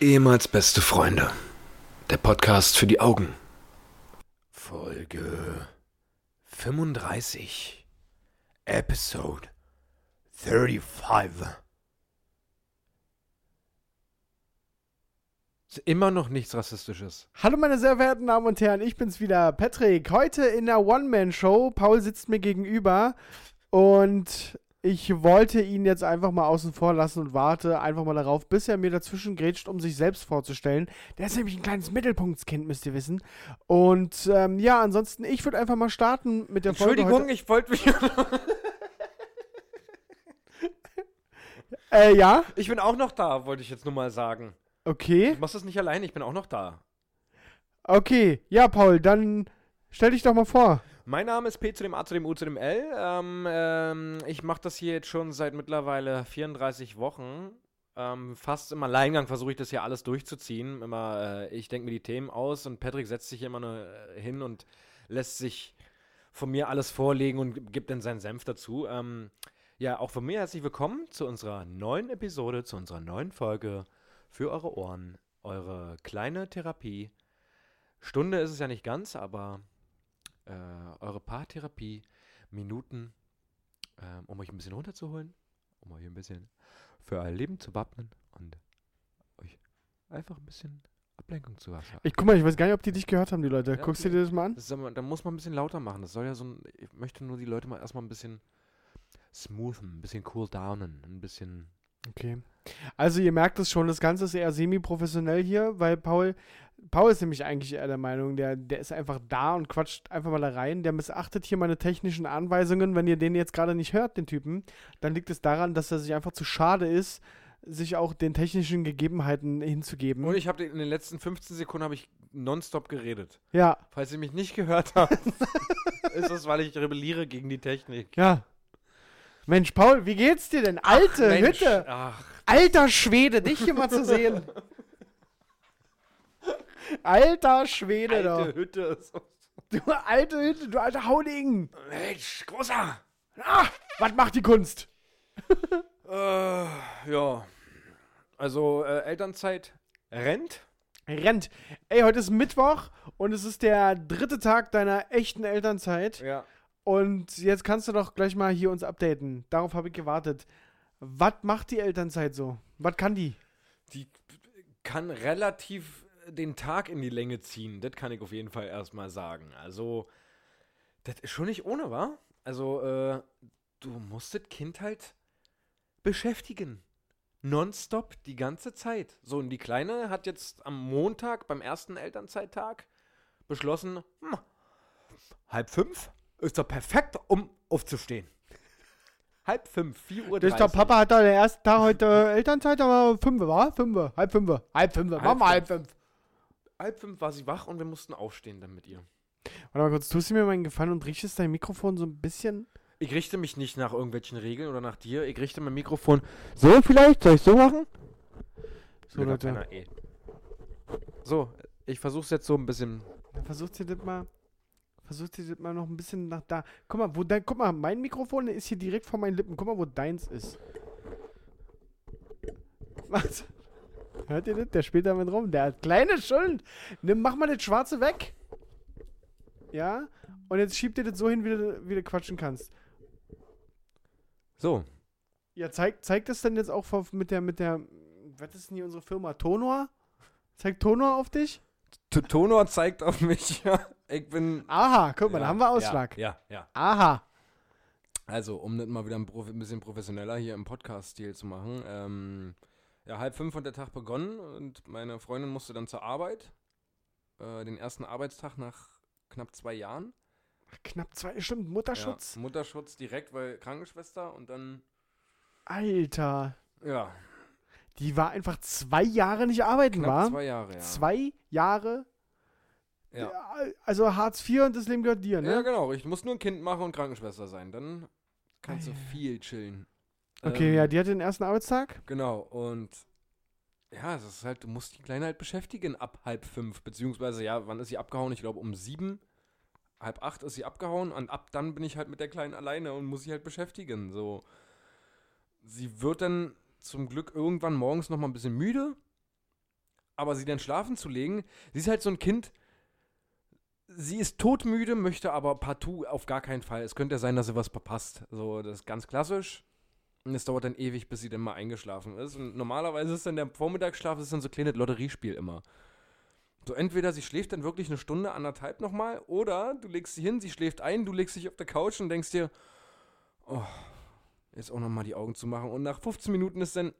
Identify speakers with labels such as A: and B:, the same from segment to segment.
A: Ehemals beste Freunde. Der Podcast für die Augen. Folge 35. Episode 35. Ist immer noch nichts Rassistisches.
B: Hallo meine sehr verehrten Damen und Herren, ich bin's wieder, Patrick. Heute in der One-Man-Show. Paul sitzt mir gegenüber und ich wollte ihn jetzt einfach mal außen vor lassen und warte einfach mal darauf, bis er mir dazwischen grätscht, um sich selbst vorzustellen. Der ist nämlich ein kleines Mittelpunktskind, müsst ihr wissen. Und ähm, ja, ansonsten, ich würde einfach mal starten mit der Folge heute.
C: Entschuldigung, ich wollte mich.
B: Äh, ja,
C: Ich bin auch noch da, wollte ich jetzt nur mal sagen.
B: okay.
C: Du machst das nicht alleine, ich bin auch noch da.
B: Okay, ja, Paul, dann stell dich doch mal vor.
C: Mein Name ist P zu dem A zu dem U zu dem L. Ähm, ähm, ich mache das hier jetzt schon seit mittlerweile 34 Wochen. Ähm, fast im Alleingang versuche ich das hier alles durchzuziehen. Immer, äh, ich denke mir die Themen aus und Patrick setzt sich hier immer nur äh, hin und lässt sich von mir alles vorlegen und gibt dann seinen Senf dazu. Ähm, ja, auch von mir herzlich willkommen zu unserer neuen Episode, zu unserer neuen Folge für eure Ohren. Eure kleine Therapie. Stunde ist es ja nicht ganz, aber äh, eure Paartherapie, Minuten, ähm, um euch ein bisschen runterzuholen, um euch ein bisschen für euer Leben zu wappnen und euch einfach ein bisschen Ablenkung zu verschaffen.
B: Ich guck mal, ich weiß gar nicht, ob die dich gehört haben, die Leute.
C: Ja,
B: Guckst du
C: die-
B: dir das mal an?
C: Das ist aber, da muss man ein bisschen lauter machen. Das soll ja so ein. Ich möchte nur die Leute mal erstmal ein bisschen smoothen, ein bisschen cool downen, ein bisschen.
B: Okay. Also ihr merkt es schon, das Ganze ist eher semi-professionell hier, weil Paul, Paul ist nämlich eigentlich eher der Meinung, der, der ist einfach da und quatscht einfach mal da rein. Der missachtet hier meine technischen Anweisungen. Wenn ihr den jetzt gerade nicht hört, den Typen, dann liegt es daran, dass er sich einfach zu schade ist, sich auch den technischen Gegebenheiten hinzugeben.
C: Und ich habe in den letzten 15 Sekunden habe ich nonstop geredet.
B: ja,
C: Falls ihr mich nicht gehört habt, ist das, weil ich rebelliere gegen die Technik.
B: ja. Mensch, Paul, wie geht's dir denn? Alte
C: Mensch,
B: Hütte!
C: Ach,
B: Alter Schwede, dich hier mal zu sehen. Alter Schwede
C: alte Hütte ist so.
B: doch. Du alte Hütte, du alter Hauding.
C: Mensch, großer!
B: Ah, was macht die Kunst?
C: Äh, ja. Also, äh, Elternzeit rennt.
B: Rennt. Ey, heute ist Mittwoch und es ist der dritte Tag deiner echten Elternzeit.
C: Ja.
B: Und jetzt kannst du doch gleich mal hier uns updaten. Darauf habe ich gewartet. Was macht die Elternzeit so? Was kann die?
C: Die kann relativ den Tag in die Länge ziehen. Das kann ich auf jeden Fall erstmal sagen. Also, das ist schon nicht ohne, wa? Also, äh, du musst das Kind halt beschäftigen. Nonstop, die ganze Zeit. So, und die Kleine hat jetzt am Montag beim ersten Elternzeittag beschlossen, hm, halb fünf ist doch perfekt, um aufzustehen. halb fünf, vier Uhr.
B: Das ist doch,
C: 30.
B: Papa hat doch der erste Tag heute Elternzeit, aber fünf, war? Fünf, halb fünf, halb fünf, machen wir halb fünf.
C: Halb fünf war sie wach und wir mussten aufstehen dann mit ihr.
B: Warte mal kurz, tust du mir mal einen Gefallen und richtest dein Mikrofon so ein bisschen?
C: Ich richte mich nicht nach irgendwelchen Regeln oder nach dir. Ich richte mein Mikrofon. So vielleicht? Soll ich so machen?
B: So, Leute.
C: Keiner, eh. So, ich versuch's jetzt so ein bisschen.
B: Dann versucht ihr das mal. Versucht ihr das mal noch ein bisschen nach da. Guck mal, wo dein, guck mal, mein Mikrofon ist hier direkt vor meinen Lippen. Guck mal, wo deins ist. Was? Hört ihr das? Der spielt damit rum. Der hat kleine Schuld. Nimm, mach mal das Schwarze weg. Ja? Und jetzt schiebt ihr das so hin, wie du, wie du quatschen kannst.
C: So.
B: Ja, zeigt zeig das dann jetzt auch vor- mit der, mit der, was ist denn hier unsere Firma? Tonor? Zeigt Tonor auf dich?
C: T Tonor zeigt auf mich. ja. ich bin.
B: Aha, guck mal,
C: Ja,
B: da haben wir Ausschlag.
C: Ja, ja, ja.
B: Aha.
C: Also, um das mal wieder ein, Profi ein bisschen professioneller hier im Podcast-Stil zu machen. Ähm, ja, halb fünf hat der Tag begonnen und meine Freundin musste dann zur Arbeit. Äh, den ersten Arbeitstag nach knapp zwei Jahren.
B: Knapp zwei Stunden Mutterschutz.
C: Ja, Mutterschutz direkt, weil Krankenschwester und dann.
B: Alter.
C: Ja,
B: Die war einfach zwei Jahre nicht arbeiten,
C: knapp
B: war?
C: zwei Jahre, ja.
B: Zwei Jahre?
C: Ja.
B: Ja, Also Hartz IV und das Leben gehört dir, ne?
C: Ja, genau. Ich muss nur ein Kind machen und Krankenschwester sein. Dann kannst du
B: Ei.
C: viel chillen.
B: Ah, Okay,
C: Ähm,
B: ja, die hatte den ersten Arbeitstag.
C: Genau, und ja, es ist halt, du musst die Kleine halt beschäftigen ab halb fünf, beziehungsweise, ja, wann ist sie abgehauen? Ich glaube, um sieben, halb acht ist sie abgehauen und ab dann bin ich halt mit der Kleinen alleine und muss sie halt beschäftigen, so. Sie wird dann zum Glück irgendwann morgens nochmal ein bisschen müde, aber sie dann schlafen zu legen, sie ist halt so ein Kind, sie ist todmüde, möchte aber partout auf gar keinen Fall. Es könnte ja sein, dass sie was verpasst. So, das ist ganz klassisch. Und es dauert dann ewig, bis sie dann mal eingeschlafen ist. Und normalerweise ist dann der Vormittagsschlaf, das ist dann so ein kleines Lotteriespiel immer. So, entweder sie schläft dann wirklich eine Stunde, anderthalb nochmal, oder du legst sie hin, sie schläft ein, du legst dich auf der Couch und denkst dir, oh, jetzt auch nochmal die Augen zu machen. Und nach 15 Minuten ist dann,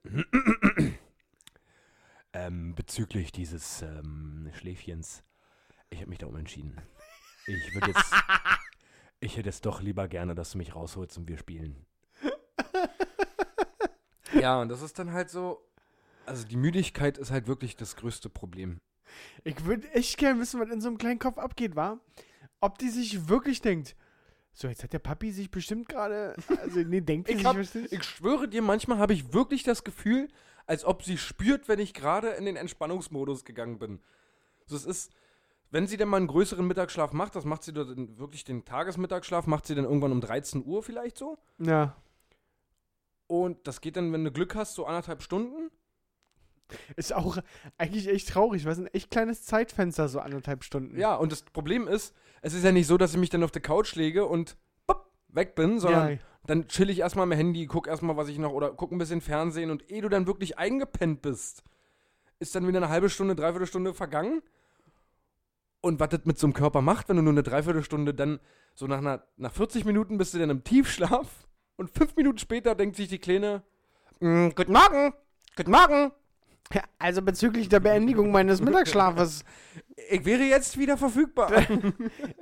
C: ähm, bezüglich dieses ähm, Schläfchens, ich habe mich da umentschieden. Ich würde jetzt, ich hätte es doch lieber gerne, dass du mich rausholst und wir spielen. Ja, und das ist dann halt so, also die Müdigkeit ist halt wirklich das größte Problem.
B: Ich würde echt gerne wissen, was in so einem kleinen Kopf abgeht, war. Ob die sich wirklich denkt, so, jetzt hat der Papi sich bestimmt gerade. Also, nee, denkt die
C: Ich,
B: sich
C: hab,
B: bestimmt.
C: ich schwöre dir, manchmal habe ich wirklich das Gefühl, als ob sie spürt, wenn ich gerade in den Entspannungsmodus gegangen bin. Also es ist, wenn sie denn mal einen größeren Mittagsschlaf macht, das macht sie dann wirklich den Tagesmittagsschlaf, macht sie dann irgendwann um 13 Uhr vielleicht so.
B: Ja.
C: Und das geht dann, wenn du Glück hast, so anderthalb Stunden.
B: Ist auch eigentlich echt traurig, weil es ein echt kleines Zeitfenster, so anderthalb Stunden.
C: Ja, und das Problem ist, es ist ja nicht so, dass ich mich dann auf der Couch lege und pop, weg bin, sondern
B: Ja.
C: dann chill ich erstmal am Handy, guck erstmal, was ich noch, oder guck ein bisschen Fernsehen und ehe du dann wirklich eingepennt bist, ist dann wieder eine halbe Stunde, dreiviertel Stunde vergangen. Und was das mit so einem Körper macht, wenn du nur eine Dreiviertelstunde dann so nach, einer, nach 40 Minuten bist du dann im Tiefschlaf und fünf Minuten später denkt sich die Kleine, "Mm, guten Morgen, guten Morgen,
B: Ja, Also bezüglich der Beendigung meines Mittagsschlafes.
C: ich wäre jetzt wieder verfügbar.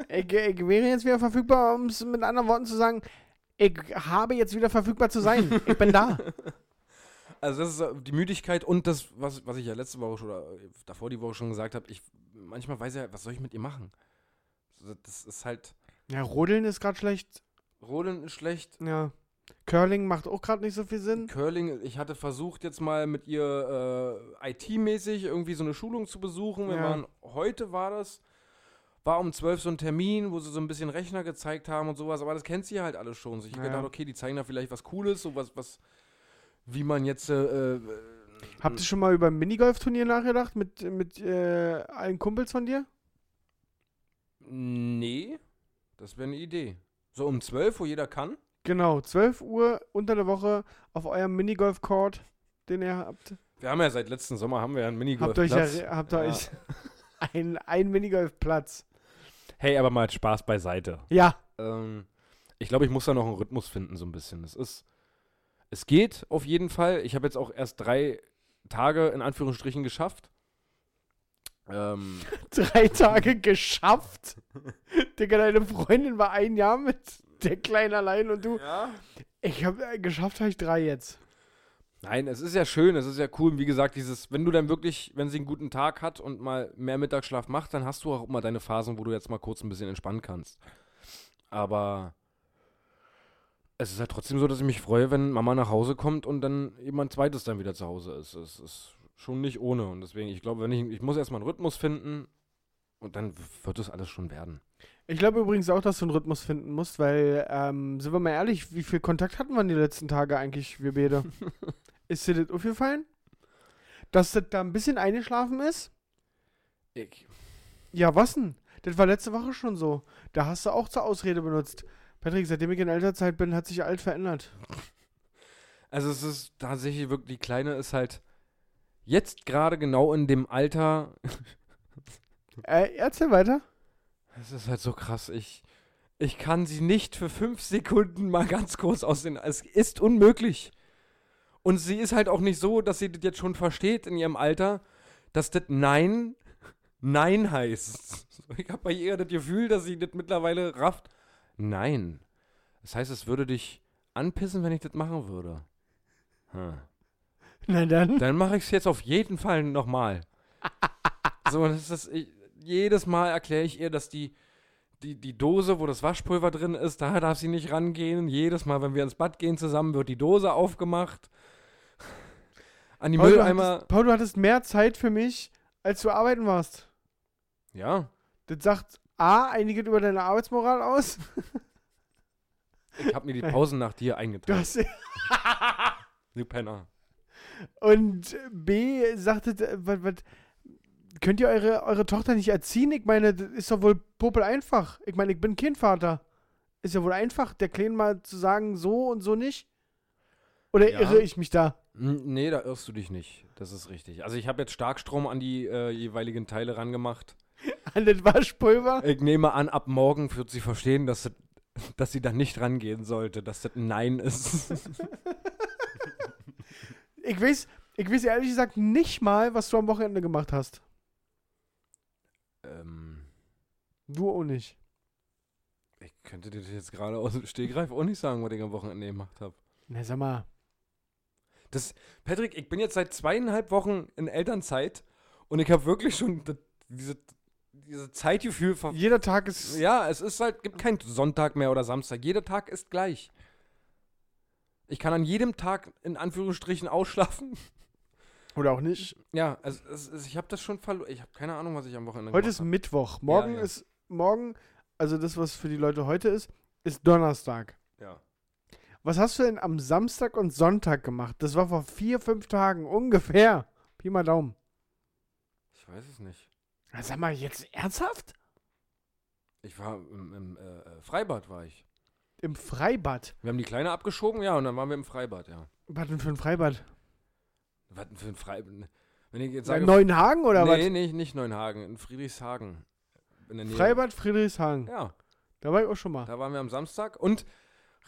B: Ich, ich wäre jetzt wieder verfügbar, um es mit anderen Worten zu sagen, ich habe jetzt wieder verfügbar zu sein. Ich bin da.
C: Also das ist äh, die Müdigkeit und das, was, was ich ja letzte Woche schon, oder äh, davor die Woche schon gesagt habe, ich manchmal weiß ja, was soll ich mit ihr machen? So, Das ist halt,
B: Ja, Rodeln ist gerade schlecht.
C: Rodeln ist schlecht,
B: Ja. Curling macht auch gerade nicht so viel Sinn.
C: Curling, ich hatte versucht jetzt mal mit ihr äh, IT-mäßig irgendwie so eine Schulung zu besuchen. Wir
B: Ja.
C: waren, heute war das, war um 12 so ein Termin, wo sie so ein bisschen Rechner gezeigt haben und sowas, aber das kennt sie halt alles schon. So, ich hab
B: Ja.
C: gedacht, okay, die zeigen da vielleicht was Cooles, sowas, was, wie man jetzt, äh, äh,
B: Habt ihr schon mal über ein Minigolf-Turnier nachgedacht mit, mit äh, allen Kumpels von dir?
C: Nee, das wäre eine Idee. So um 12, wo jeder kann?
B: Genau, 12 Uhr unter der Woche auf eurem Minigolf-Court, den ihr habt.
C: Wir haben ja seit letzten Sommer haben wir ja einen
B: Habt euch,
C: Minigolfplatz.
B: ja, habt
C: Ja.
B: euch ein, ein Minigolfplatz.
C: Hey, aber mal Spaß beiseite.
B: Ja,
C: Ähm, ich glaube, ich muss da noch einen Rhythmus finden so ein bisschen. Es ist es geht auf jeden Fall. Ich habe jetzt auch erst drei Tage in Anführungsstrichen geschafft. Ähm,
B: drei Tage geschafft. Digga, deine Freundin war ein Jahr mit der Kleinen allein und du.
C: ja.
B: Ich hab äh, geschafft, habe ich drei jetzt.
C: Nein, es ist ja schön, es ist ja cool. Wie gesagt, dieses, wenn du dann wirklich, wenn sie einen guten Tag hat und mal mehr Mittagsschlaf macht, dann hast du auch immer deine Phasen, wo du jetzt mal kurz ein bisschen entspannen kannst. Aber es ist halt trotzdem so, dass ich mich freue, wenn Mama nach Hause kommt und dann jemand zweites dann wieder zu Hause ist. Es ist schon nicht ohne. Und deswegen, ich glaube, wenn ich, ich muss erstmal einen Rhythmus finden und dann wird es alles schon werden.
B: Ich glaube übrigens auch, dass du einen Rhythmus finden musst, weil, ähm, sind wir mal ehrlich, wie viel Kontakt hatten wir in den letzten Tagen eigentlich, wir beide? ist dir das aufgefallen? Dass das da ein bisschen eingeschlafen ist?
C: Ich.
B: Ja, was denn? Das war letzte Woche schon so. Da hast du auch zur Ausrede benutzt. Patrick, seitdem ich in Elternzeit bin, hat sich alt verändert.
C: Also es ist tatsächlich wirklich, die Kleine ist halt jetzt gerade genau in dem Alter,
B: Äh, erzähl weiter.
C: Das ist halt so krass. Ich, ich kann sie nicht für fünf Sekunden mal ganz kurz aus den. Es ist unmöglich. Und sie ist halt auch nicht so, dass sie das jetzt schon versteht in ihrem Alter, dass das Nein, Nein heißt. Ich habe bei ihr das Gefühl, dass sie das mittlerweile rafft. Nein. Das heißt, es würde dich anpissen, wenn ich das machen würde. Hm.
B: Na dann.
C: Dann mache ich es jetzt auf jeden Fall nochmal. so, und das ist, ich, jedes Mal erkläre ich ihr, dass die, die, die Dose, wo das Waschpulver drin ist, da darf sie nicht rangehen. Jedes Mal, wenn wir ins Bad gehen zusammen, wird die Dose aufgemacht. An die
B: Paul, du
C: Mülleimer.
B: hattest, Paul, du hattest mehr Zeit für mich, als du arbeiten warst.
C: Ja,
B: Das sagt A, einiges über deine Arbeitsmoral aus.
C: ich habe mir die Pausen nach dir
B: Du
C: eingeteilt.
B: hast,
C: Du Penner.
B: und B, sagt das, äh, was, was, könnt ihr eure, eure Tochter nicht erziehen? Ich meine, das ist doch wohl popel einfach. Ich meine, ich bin Kindvater. Ist ja wohl einfach, der Kleinen mal zu sagen, so und so nicht. Oder
C: Ja.
B: irre ich mich da?
C: N- Nee, da irrst du dich nicht. Das ist richtig. Also ich habe jetzt Starkstrom an die äh, jeweiligen Teile rangemacht.
B: An das Waschpulver?
C: Ich nehme an, ab morgen wird sie verstehen, dass, das- dass sie da nicht rangehen sollte, dass das ein Nein ist.
B: Ich weiß, ich weiß ehrlich gesagt nicht mal, was du am Wochenende gemacht hast.
C: ähm,
B: Du auch nicht.
C: ich könnte dir das jetzt gerade aus dem Stegreif auch nicht sagen, was ich am Wochenende gemacht habe.
B: Na, sag mal.
C: Patrick, ich bin jetzt seit zweieinhalb Wochen in Elternzeit und ich habe wirklich schon das- diese, diese Zeitgefühl ver
B: Jeder Tag ist.
C: Oh. Ja, es ist halt, gibt keinen Sonntag mehr oder Samstag. Jeder Tag ist gleich. Ich kann an jedem Tag in Anführungsstrichen ausschlafen.
B: Oder auch nicht.
C: Ja, es, es, es, ich habe das schon verloren. Ich habe keine Ahnung, was ich am Wochenende
B: Heute ist
C: gemacht
B: Mittwoch. Morgen
C: ja.
B: ist. Morgen, also das, was für die Leute heute ist, ist Donnerstag.
C: habe.
B: Was hast du denn am Samstag und Sonntag gemacht? Das war vor vier, fünf Tagen ungefähr. Pi mal Daumen.
C: Ja, ich weiß es nicht.
B: Na, Sag mal, jetzt ernsthaft?
C: Ich war im, im äh, äh, Freibad, war ich.
B: Im Freibad.
C: Wir haben die Kleine abgeschoben, ja, und dann waren wir im Freibad, ja.
B: Was denn für ein Freibad?
C: Was denn für ein Freibad? Wenn ich jetzt
B: Sag
C: sage,
B: Neuenhagen oder
C: nee, nee, nicht Neunhagen, in Friedrichshagen. In der
B: was?
C: Nähe.
B: Freibad Friedrichshagen.
C: Ja,
B: Da war ich auch schon mal.
C: da waren wir am Samstag. Und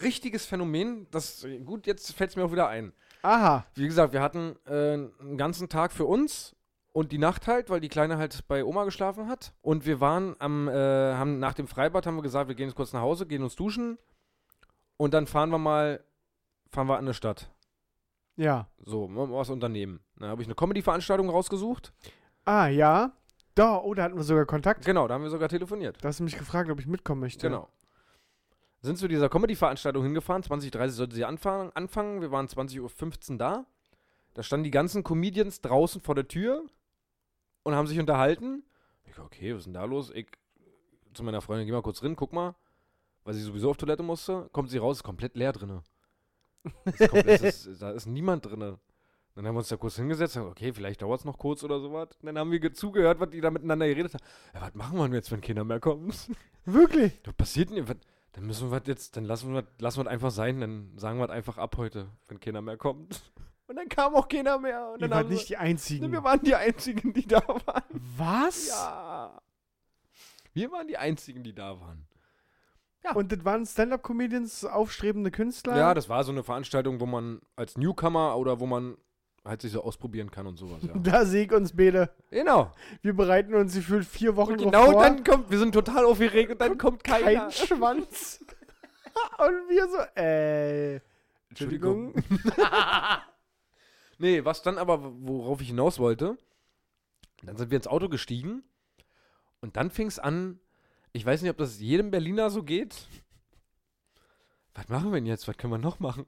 C: richtiges Phänomen, das, gut, jetzt fällt es mir auch wieder ein.
B: Aha.
C: Wie gesagt, wir hatten äh, einen ganzen Tag für uns und die Nacht halt, weil die Kleine halt bei Oma geschlafen hat. Und wir waren am, äh, haben nach dem Freibad haben wir gesagt, wir gehen jetzt kurz nach Hause, gehen uns duschen und dann fahren wir mal, fahren wir an eine Stadt.
B: Ja.
C: So, mal was unternehmen. Da habe ich eine Comedy-Veranstaltung rausgesucht.
B: Ah, ja. Da, oh, da hatten wir sogar Kontakt.
C: Genau, da haben wir sogar telefoniert.
B: Da hast du mich gefragt, ob ich mitkommen möchte.
C: Genau. Sind zu dieser Comedy-Veranstaltung hingefahren. 20.30 sollte sie anfangen, anfangen. Wir waren 20.15 Uhr da. Da standen die ganzen Comedians draußen vor der Tür und haben sich unterhalten. Ich, okay, was ist denn da los? Ich zu meiner Freundin, geh mal kurz rein, guck mal. Weil sie sowieso auf Toilette musste, kommt sie raus, ist komplett leer drinne. Ist komplett, es ist, da ist niemand drinne. Dann haben wir uns da kurz hingesetzt, haben, okay, vielleicht dauert es noch kurz oder sowas. Dann haben wir ge- zugehört, was die da miteinander geredet haben. Ja, was machen wir denn jetzt, wenn keiner mehr kommt?
B: Wirklich?
C: Was passiert denn? Was- Dann müssen wir das jetzt, dann lassen wir, das- lassen wir das einfach sein, dann sagen wir das einfach ab heute, wenn keiner mehr kommt. Und dann kam auch keiner mehr. Und
B: Ihr
C: dann
B: wart
C: haben
B: nicht die
C: wir,
B: Einzigen.
C: wir waren die Einzigen, die da waren.
B: Was?
C: Ja. Wir waren die Einzigen, die da waren.
B: Und das waren Stand-Up-Comedians, aufstrebende Künstler?
C: Ja, das war so eine Veranstaltung, wo man als Newcomer oder wo man halt sich so ausprobieren kann und sowas, ja.
B: Da sehe ich uns beide.
C: genau.
B: Wir bereiten uns gefühlt vier Wochen
C: Und
B: drauf
C: genau
B: vor.
C: dann kommt, wir sind total aufgeregt und dann kommt keiner.
B: kein Schwanz. Und wir so, äh, Entschuldigung.
C: nee, was dann aber, worauf ich hinaus wollte, dann sind wir ins Auto gestiegen und dann fing es an, ich weiß nicht, ob das jedem Berliner so geht. Was machen wir denn jetzt? Was können wir noch machen?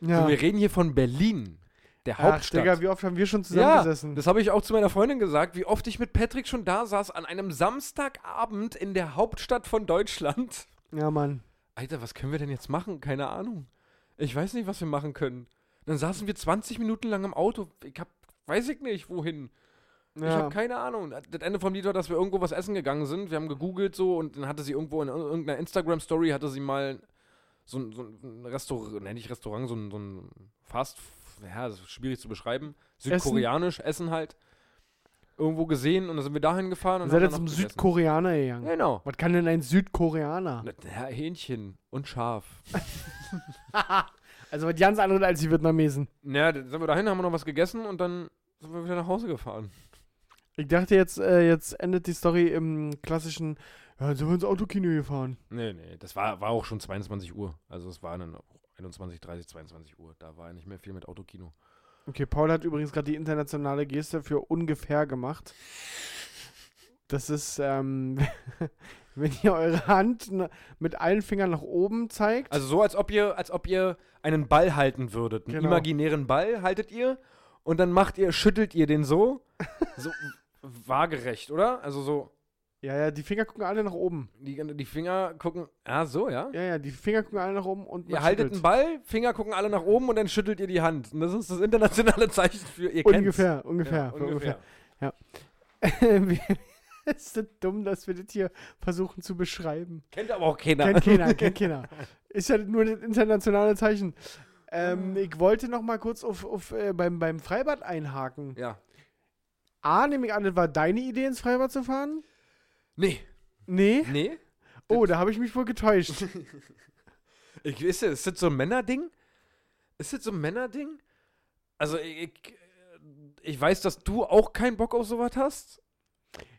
B: Ja.
C: So, wir reden hier von Berlin, der
B: Ach,
C: Hauptstadt.
B: Digga, wie oft haben wir schon
C: ja,
B: zusammengesessen?
C: das habe ich auch zu meiner Freundin gesagt, wie oft ich mit Patrick schon da saß an einem Samstagabend in der Hauptstadt von Deutschland.
B: Ja, ja Mann.
C: Alter, was können wir denn jetzt machen? Keine Ahnung. Ich weiß nicht, was wir machen können. Dann saßen wir 20 Minuten lang im Auto. Ich hab, weiß ich nicht, wohin. Ich
B: Ja.
C: habe keine Ahnung. Das Ende vom Lied war, dass wir irgendwo was essen gegangen sind. Wir haben gegoogelt so und dann hatte sie irgendwo in ir- irgendeiner Instagram-Story, hatte sie mal so ein, so ein Restaurant, nenne ich Restaurant, so ein, so ein Fast, ja, das ist schwierig zu beschreiben. Südkoreanisch, Essen, halt. Irgendwo gesehen und dann sind wir dahin gefahren. Und
B: Seid ihr
C: haben
B: zum
C: danach gegessen.
B: Südkoreaner gegangen?
C: Genau.
B: Was kann denn ein Südkoreaner?
C: Na, Ja, Hähnchen und Schaf.
B: Also was ganz anderes als die Vietnamesen.
C: Naja, dann sind wir dahin, haben wir noch was gegessen und dann sind wir wieder nach Hause gefahren.
B: Ich dachte jetzt, äh, jetzt endet die Story im klassischen, ja, dann sind wir ins Autokino gefahren.
C: Nee, nee, das war, war auch schon 22 Uhr. Also es war dann auch 21, 30, 22 Uhr. Da war ja nicht mehr viel mit Autokino.
B: Okay, Paul hat übrigens gerade die internationale Geste für ungefähr gemacht. Das ist, ähm, wenn ihr eure Hand na- mit allen Fingern nach oben zeigt.
C: Also so, als ob ihr, als ob ihr einen Ball halten würdet. Einen
B: Genau.
C: imaginären Ball haltet ihr und dann macht ihr, schüttelt ihr den so. So waagerecht, oder? Also so,
B: ja, ja, die Finger gucken alle nach oben.
C: die, die Finger gucken. Ah, so, ja.
B: Ja, ja, die Finger gucken alle nach oben und
C: Ihr
B: man
C: haltet einen
B: schüttelt.
C: Ball, Finger gucken alle nach oben und dann schüttelt ihr die Hand. Und das ist das internationale Zeichen für ihr kennt's.
B: Ungefähr, ungefähr,
C: Ja,
B: für ungefähr.
C: ungefähr.
B: es ist das dumm, dass wir das hier versuchen zu beschreiben.
C: Kennt aber auch keiner.
B: Kennt keiner, kennt keiner. Ist ja nur das internationale Zeichen.
C: Ah.
B: Ähm, ich wollte noch mal kurz auf, auf, äh, beim, beim Freibad einhaken.
C: Ja.
B: A, nehme ich an, das war deine Idee, ins Freibad zu fahren?
C: Nee.
B: Nee?
C: Nee?
B: Oh, da habe ich mich wohl getäuscht.
C: Ich, ist, das, ist das so ein Männerding? Ist das so ein Männerding? Also, ich, ich weiß, dass du auch keinen Bock auf sowas hast.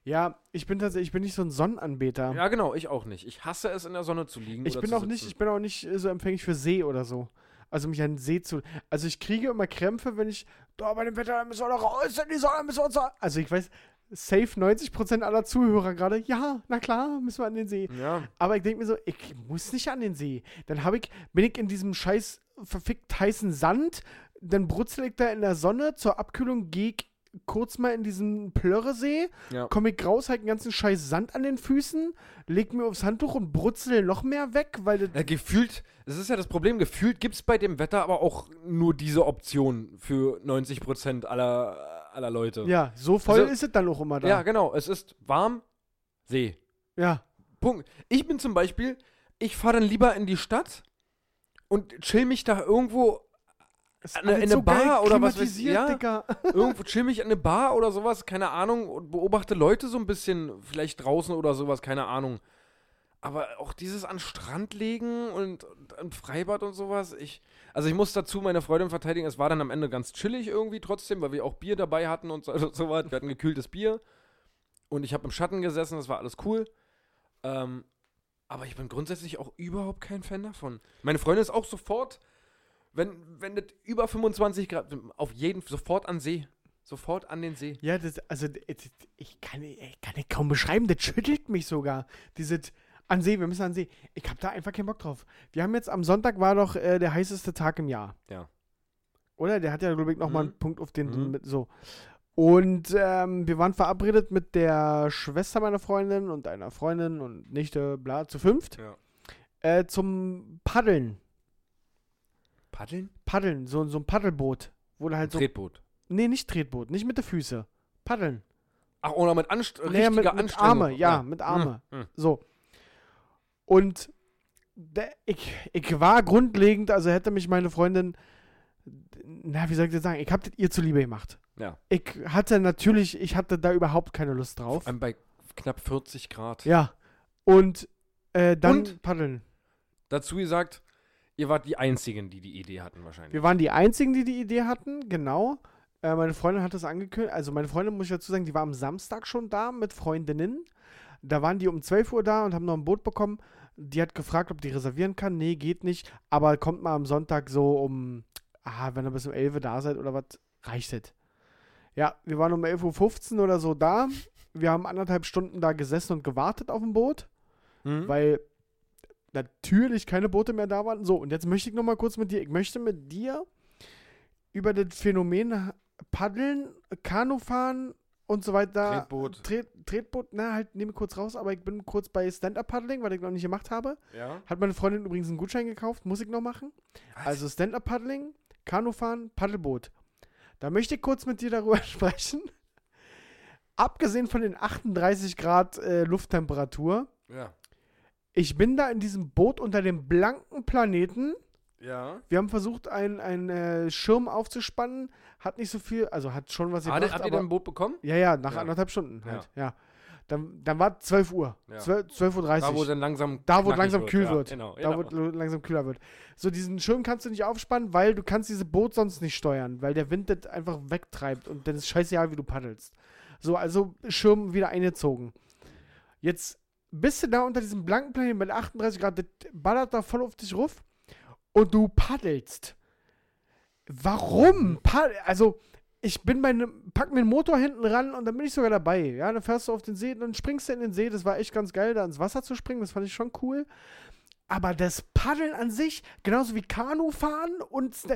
B: ja, ich bin tatsächlich, ich bin nicht so ein Sonnenanbeter.
C: Ja, genau, ich auch nicht. Ich hasse es, in der Sonne zu liegen.
B: ich
C: oder
B: bin
C: zu
B: auch nicht,
C: sitzen.
B: ich bin auch nicht äh, so empfänglich für See oder so. Also mich an See zu. Also ich kriege immer Krämpfe, wenn ich, da bei dem Wetter müssen wir doch raus in die Sonne, müssen wir uns. da-" Also ich weiß, safe 90% aller Zuhörer gerade, ja, na klar, müssen wir an den See.
C: Ja.
B: Aber ich denke mir so, ich muss nicht an den See. Dann habe ich, bin ich in diesem scheiß verfickt heißen Sand, dann brutzel ich da in der Sonne, zur Abkühlung gehe ich kurz mal in diesen Plörresee,
C: Ja.
B: komme ich raus, halt den ganzen scheiß Sand an den Füßen, leg mir aufs Handtuch und brutzel noch mehr weg, weil das,
C: Ja, gefühlt, es ist ja das Problem, gefühlt gibt es bei dem Wetter aber auch nur diese Option für 90% aller, aller Leute.
B: ja, so voll
C: Also-
B: ist es dann auch immer da.
C: ja, genau. Es ist warm, See.
B: ja.
C: Punkt. Ich bin zum Beispiel, ich fahre dann lieber in die Stadt und chill mich da irgendwo,
B: Ist
C: An- in
B: alles
C: eine Bar oder was weiß-
B: klimatisiert,
C: ja.
B: Digga.
C: irgendwo chill mich an eine Bar oder sowas, keine Ahnung, und beobachte Leute so ein bisschen, vielleicht draußen oder sowas, keine Ahnung. Aber auch dieses an Strand legen und, und im Freibad und sowas, ich, also ich muss dazu meine Freundin verteidigen, es war dann am Ende ganz chillig irgendwie trotzdem, weil wir auch Bier dabei hatten und so, also sowas, wir hatten gekühltes Bier und ich habe im Schatten gesessen, das war alles cool. Ähm, aber ich bin grundsätzlich auch überhaupt kein Fan davon. Meine Freundin ist auch sofort, wenn, wenn das über 25 Grad, auf jeden, sofort an See. Sofort an den See.
B: Ja, das, also d- d- ich kann, ich kann ich kaum beschreiben, das schüttelt mich sogar. Dieses an See, wir müssen an See. Ich habe da einfach keinen Bock drauf. Wir haben jetzt am Sonntag war doch äh, der heißeste Tag im Jahr.
C: Ja.
B: Oder? Der hat ja, glaube ich, nochmal
C: Mhm.
B: einen Punkt auf den.
C: Mhm.
B: Mit, so. Und ähm, wir waren verabredet mit der Schwester meiner Freundin und einer Freundin und Nichte, bla, zu fünft.
C: Ja.
B: Äh, zum Paddeln.
C: Paddeln?
B: Paddeln, so, so ein Paddelboot. Wo du halt so.
C: Tretboot.
B: Nee, nicht Tretboot, nicht mit den Füßen. Paddeln.
C: Ach, oder mit, Anst
B: Naja, mit,
C: richtiger
B: mit
C: Anstrengung.
B: Arme, ja, mit Arme.
C: Hm, hm.
B: So. Und da, ich, ich war grundlegend, also hätte mich meine Freundin, na, wie soll ich das sagen, ich habe das ihr zuliebe gemacht.
C: Ja.
B: Ich hatte natürlich, ich hatte da überhaupt keine Lust drauf.
C: Vor allem bei knapp 40 Grad.
B: Ja. Und äh, dann
C: Und?
B: paddeln.
C: Dazu gesagt, ihr wart die Einzigen, die die Idee hatten wahrscheinlich.
B: Wir waren die Einzigen, die die Idee hatten, genau. Äh, meine Freundin hat das angekündigt. Also meine Freundin, muss ich dazu sagen, die war am Samstag schon da mit Freundinnen. Da waren die um 12 Uhr da und haben noch ein Boot bekommen. Die hat gefragt, ob die reservieren kann. Nee, geht nicht. Aber kommt mal am Sonntag so um, ah, wenn ihr bis um 11 Uhr da seid oder was, reicht es. Ja, wir waren um 11.15 Uhr oder so da. Wir haben anderthalb Stunden da gesessen und gewartet auf dem Boot
C: Hm?
B: weil natürlich keine Boote mehr da waren. So, und jetzt möchte ich noch mal kurz mit dir, ich möchte mit dir über das Phänomen Paddeln, Kanufahren und so weiter.
C: Tretboot.
B: Tret, Tretboot, na halt, nehme ich kurz raus, aber ich bin kurz bei Stand-Up-Paddling, weil ich noch nicht gemacht habe.
C: Ja.
B: Hat meine Freundin übrigens einen Gutschein gekauft, muss ich noch machen. Also Stand-Up-Paddling, Kanufahren, Paddelboot. Da möchte ich kurz mit dir darüber sprechen. Abgesehen von den 38 Grad äh, Lufttemperatur,
C: Ja.
B: ich bin da in diesem Boot unter dem blanken Planeten.
C: Ja.
B: Wir haben versucht, einen einen, äh, Schirm aufzuspannen. Hat nicht so viel, also hat schon was
C: Hat,
B: gebracht.
C: habt ihr
B: aber,
C: denn ein Boot bekommen?
B: ja, ja, nach
C: Ja.
B: anderthalb Stunden halt. Ja. Dann, dann war 12 Uhr.
C: Ja.
B: 12, 12.30 Uhr.
C: Da, wo dann langsam
B: Da, wo
C: knackig
B: langsam kühl
C: ja,
B: wird.
C: Genau,
B: da
C: genau.
B: wo es langsam kühler wird. So, diesen Schirm kannst du nicht aufspannen, weil du kannst dieses Boot sonst nicht steuern, weil der Wind das einfach wegtreibt und dann ist scheißegal, wie du paddelst. So, also Schirm wieder eingezogen. Jetzt bist du da unter diesem blanken Planeten mit 38 Grad, das ballert da voll auf dich ruf und du paddelst. Warum? Pad also, ich bin meine, pack mir den Motor hinten ran und dann bin ich sogar dabei. Ja, dann fährst du auf den See, dann springst du in den See. Das war echt ganz geil, da ins Wasser zu springen. Das fand ich schon cool. Aber das Paddeln an sich, genauso wie Kanufahren und Sta-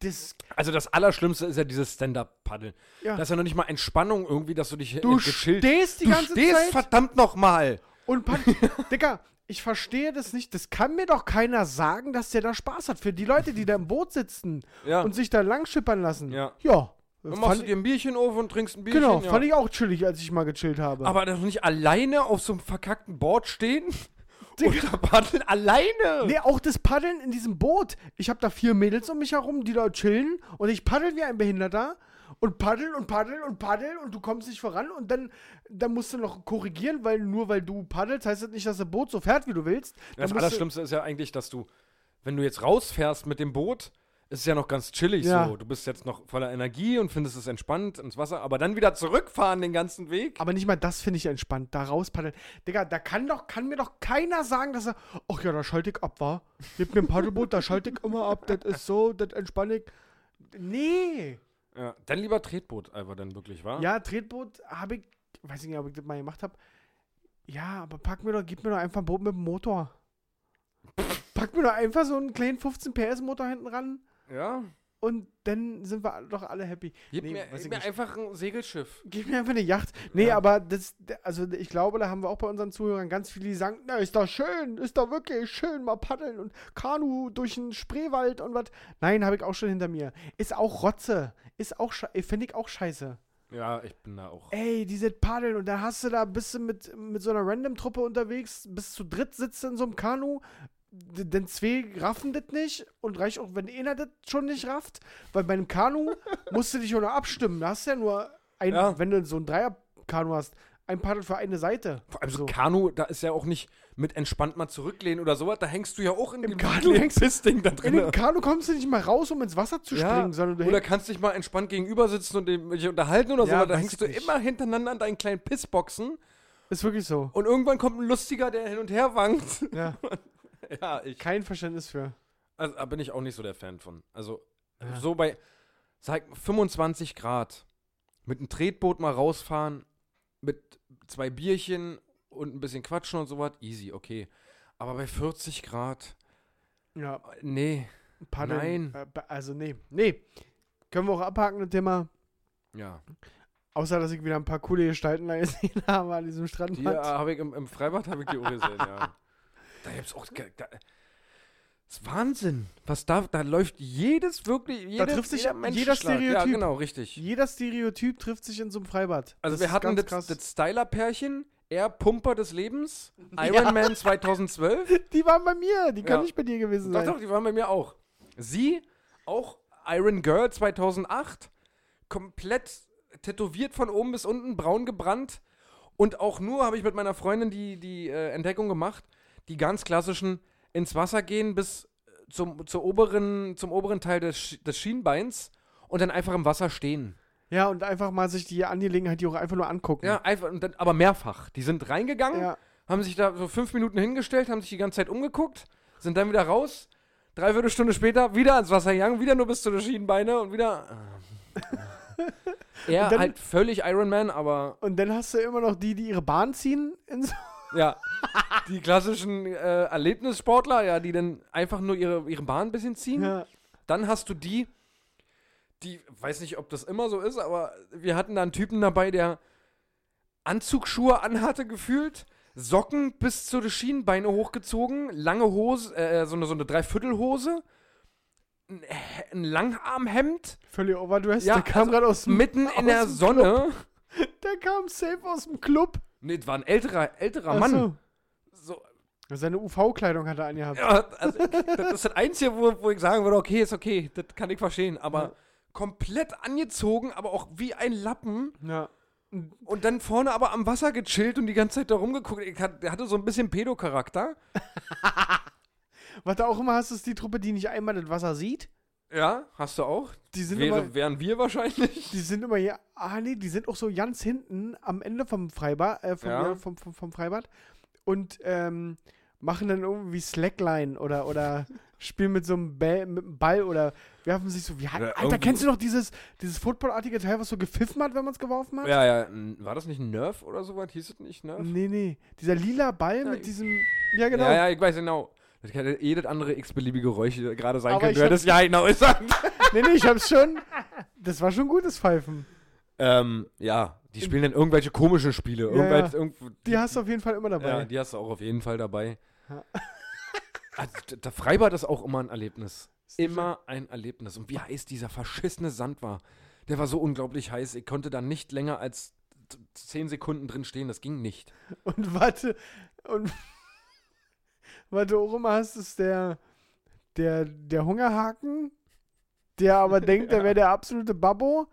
B: das.
C: Also das Allerschlimmste ist ja dieses Stand-Up-Paddeln.
B: Ja.
C: Das ist ja noch nicht mal Entspannung irgendwie, dass du dich
B: Du
C: äh, gechillt
B: stehst die
C: Du
B: ganze
C: stehst
B: Zeit
C: verdammt nochmal.
B: und paddelst. Digga, ich verstehe das nicht. Das kann mir doch keiner sagen, dass der da Spaß hat. Für die Leute, die da im Boot sitzen
C: Ja.
B: und sich da langschippern lassen.
C: Ja.
B: Ja,
C: Dann machst
B: fand,
C: du dir ein Bierchen auf und trinkst ein Bierchen.
B: genau,
C: ja.
B: fand ich auch chillig, als ich mal gechillt habe.
C: Aber doch nicht alleine auf so einem verkackten Board stehen und da paddeln alleine.
B: Nee, auch das Paddeln in diesem Boot. Ich habe da vier Mädels um mich herum, die da chillen und ich paddel wie ein Behinderter und paddel und paddel und paddel und du kommst nicht voran und dann, dann musst du noch korrigieren, weil nur weil du paddelst, heißt das nicht, dass das Boot so fährt, wie du willst. Dann
C: Das
B: musst du-
C: Allerschlimmste ist ja eigentlich, dass du, wenn du jetzt rausfährst mit dem Boot, ist es ja noch ganz chillig
B: Ja.
C: so. Du bist jetzt noch voller Energie und findest es entspannt ins Wasser, aber dann wieder zurückfahren den ganzen Weg.
B: Aber nicht mal das finde ich entspannt, da rauspaddeln. Digga, da kann doch, kann mir doch keiner sagen, dass er, ach ja, da schalte ich ab, war. Gib mir ein Paddelboot, da schalte ich immer ab, das ist so, das entspanne ich. Nee.
C: Ja, dann lieber Tretboot, einfach dann wirklich, wa?
B: Ja, Tretboot habe ich, weiß ich nicht, ob ich das mal gemacht habe. Ja, aber pack mir doch, gib mir doch einfach ein Boot mit dem Motor. Pack mir doch einfach so einen kleinen 15 PS Motor hinten ran
C: Ja.
B: und dann sind wir doch alle happy.
C: Gib
B: Nee,
C: mir,
B: weiß
C: gib
B: ich
C: mir
B: nicht.
C: einfach ein Segelschiff.
B: Gib mir einfach eine Yacht. Nee,
C: Ja.
B: aber das, also ich glaube, da haben wir auch bei unseren Zuhörern ganz viele, die sagen, na, ist doch schön, ist doch wirklich schön, mal paddeln und Kanu durch den Spreewald und was. Nein, habe ich auch schon hinter mir. Ist auch Rotze. Ist auch, finde ich auch scheiße.
C: Ja, ich bin da auch.
B: Ey, diese Paddeln und dann hast du da, bist du mit, mit so einer Random-Truppe unterwegs, bist zu dritt sitzt in so einem Kanu, d- denn zwei raffen das nicht und reicht auch, wenn einer das schon nicht rafft, weil bei einem Kanu musst du dich auch noch abstimmen. Da hast du ja nur, ein,
C: Ja.
B: wenn du so ein Dreier-Kanu hast, ein Paddel für eine Seite.
C: Vor allem so,
B: So.
C: Kanu, da ist ja auch nicht mit entspannt mal zurücklehnen oder sowas, da hängst du ja auch in
B: Im
C: dem
B: Kanu
C: blöden
B: hängst-
C: Pissding da
B: In
C: drin.
B: dem Kanu kommst du nicht mal raus, um ins Wasser zu springen, sondern du
C: Genau. oder
B: hängst,
C: kannst dich mal entspannt gegenüber sitzen und dem- dich unterhalten oder
B: Ja,
C: so, da
B: weiß
C: hängst
B: ich
C: du
B: nicht.
C: immer hintereinander an deinen kleinen Pissboxen
B: ist wirklich so.
C: und irgendwann kommt ein Lustiger, der hin und her wankt.
B: Ja,
C: ja, ich.
B: kein Verständnis für.
C: Also, da bin ich auch nicht so der Fan von. Also,
B: Ja.
C: so bei, sag, 25 Grad, mit einem Tretboot mal rausfahren, mit zwei Bierchen und ein bisschen quatschen und sowas, easy, okay. Aber bei 40 Grad,
B: Ja,
C: nee,
B: Paddeln.
C: Nein.
B: äh, ba- Also, nee. Nee. Können wir auch abhaken, das Thema.
C: ja.
B: Außer, dass ich wieder ein paar coole Gestalten da gesehen habe an diesem Strand.
C: Die äh, habe ich im, im Freibad habe ich die auch gesehen, ja. Da gibt's auch ge- da, das ist Wahnsinn, was da da läuft jedes wirklich jedes,
B: trifft sich
C: jeder,
B: jeder
C: Menschenschlag. Ja,
B: Stereotyp.
C: genau, richtig.
B: Jeder Stereotyp trifft sich in so einem Freibad.
C: Also
B: Das
C: wir
B: ist
C: hatten
B: ganz
C: das,
B: krass.
C: das Styler Pärchen, er Pumper des Lebens,
B: Ja.
C: Iron Man 2012.
B: Die waren bei mir, die
C: Ja.
B: können nicht bei dir gewesen
C: Doch
B: sein.
C: doch, die waren bei mir auch. Sie auch Iron Girl 2008, komplett tätowiert von oben bis unten, braun gebrannt und auch nur habe ich mit meiner Freundin die die äh, Entdeckung gemacht, die ganz klassischen ins Wasser gehen bis äh, zum, zur oberen, zum oberen Teil des, Sch- des Schienbeins und dann einfach im Wasser stehen.
B: Ja, und einfach mal sich die Angelegenheit die auch einfach nur angucken.
C: Ja, einfach, und dann, aber mehrfach. Die sind reingegangen,
B: Ja.
C: haben sich da so fünf Minuten hingestellt, haben sich die ganze Zeit umgeguckt, sind dann wieder raus. Dreiviertel Stunde später wieder ans Wasser gegangen, wieder nur bis zu den Schienenbeine und wieder. er
B: Und dann-
C: halt völlig Iron Man, aber
B: Und dann hast du immer noch die, die ihre Bahn ziehen. In so
C: ja. Die klassischen äh, Erlebnissportler, ja, die dann einfach nur ihre, ihre Bahn ein bisschen ziehen.
B: ja.
C: Dann hast du die, die, weiß nicht, ob das immer so ist, aber wir hatten da einen Typen dabei, der Anzugsschuhe anhatte gefühlt, Socken bis zu den Schienenbeine hochgezogen, lange Hose, äh, so eine, so eine Dreiviertelhose, ein, He- ein Langarmhemd,
B: Völlig overdressed.
C: Ja,
B: der kam
C: also
B: gerade aus dem.
C: mitten in der
B: dem
C: Sonne.
B: Der kam safe aus dem Club.
C: Nee, das war ein älterer, älterer
B: Ach
C: Ah, Mann. So,
B: so. Seine UV-Kleidung hat er angehabt.
C: Ja, also, das ist das Einzige, wo, wo ich sagen würde, okay, ist okay, das kann ich verstehen, aber
B: Ja.
C: komplett angezogen, aber auch wie ein Lappen.
B: Ja.
C: Und dann vorne aber am Wasser gechillt und die ganze Zeit da rumgeguckt. Ich hat, der hatte so ein bisschen Pedo-Charakter.
B: Was du auch immer hast, ist die Truppe, die nicht einmal das Wasser sieht.
C: Ja, hast du auch.
B: Die sind immer.
C: Wäre, wären wir wahrscheinlich.
B: Die sind immer hier. Ah, nee, die sind auch so ganz hinten am Ende vom Freibad, äh, vom,
C: Ja.
B: ja, vom, vom, vom Freibad und ähm, machen dann irgendwie Slackline oder, oder spielen mit so einem Ball, mit einem Ball oder werfen sich so. Wie,
C: Oder
B: Alter,
C: irgendwie-
B: kennst du noch dieses, dieses footballartige Teil, was so gepfiffen hat, wenn man es geworfen hat?
C: Ja, ja. n- War das nicht ein Nerf oder sowas? Hieß es nicht Nerf?
B: Nee, nee. Dieser lila Ball
C: Ja,
B: mit
C: ich-
B: diesem. Ja, genau.
C: Ja, ja, ich weiß genau. Das hätte jedes andere x-beliebige Geräusche gerade sein
B: Aber
C: können.
B: ich
C: Du hättest ja genau sagen.
B: Nee, nee, ich hab's schon. Das war schon gutes Pfeifen.
C: ähm, ja, die spielen dann irgendwelche komischen Spiele.
B: Ja, ja.
C: irgendwelche, irgendw-
B: Die hast du auf jeden Fall immer dabei.
C: Ja, die hast du auch auf jeden Fall dabei.
B: Ja.
C: Also, d- der Freibad ist auch immer ein Erlebnis. Immer ein Erlebnis. Und wie heiß dieser verschissene Sand war. der war so unglaublich heiß. Ich konnte da nicht länger als z- zehn Sekunden drin stehen. Das ging nicht.
B: Und warte, und warte, Oroma hast ist der, der, der Hungerhaken, der aber denkt, er wäre der absolute Babbo,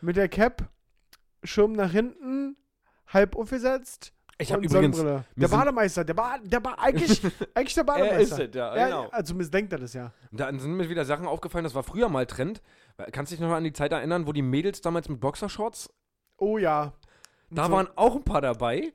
B: mit der Cap, Schirm nach hinten, halb aufgesetzt.
C: Ich habe
B: und
C: übrigens.
B: Sonnenbrille.
C: mir
B: Der
C: sind-
B: Bademeister, der, ba der ba eigentlich, eigentlich der
C: Er ist
B: Bademeister.
C: es, ja,
B: Ja,
C: genau.
B: Also missdenkt er das ja.
C: Da sind mir wieder Sachen aufgefallen, das war früher mal Trend. Kannst du dich noch an die Zeit erinnern, wo die Mädels damals mit Boxershorts?
B: Oh ja.
C: Da
B: So.
C: waren auch ein paar dabei.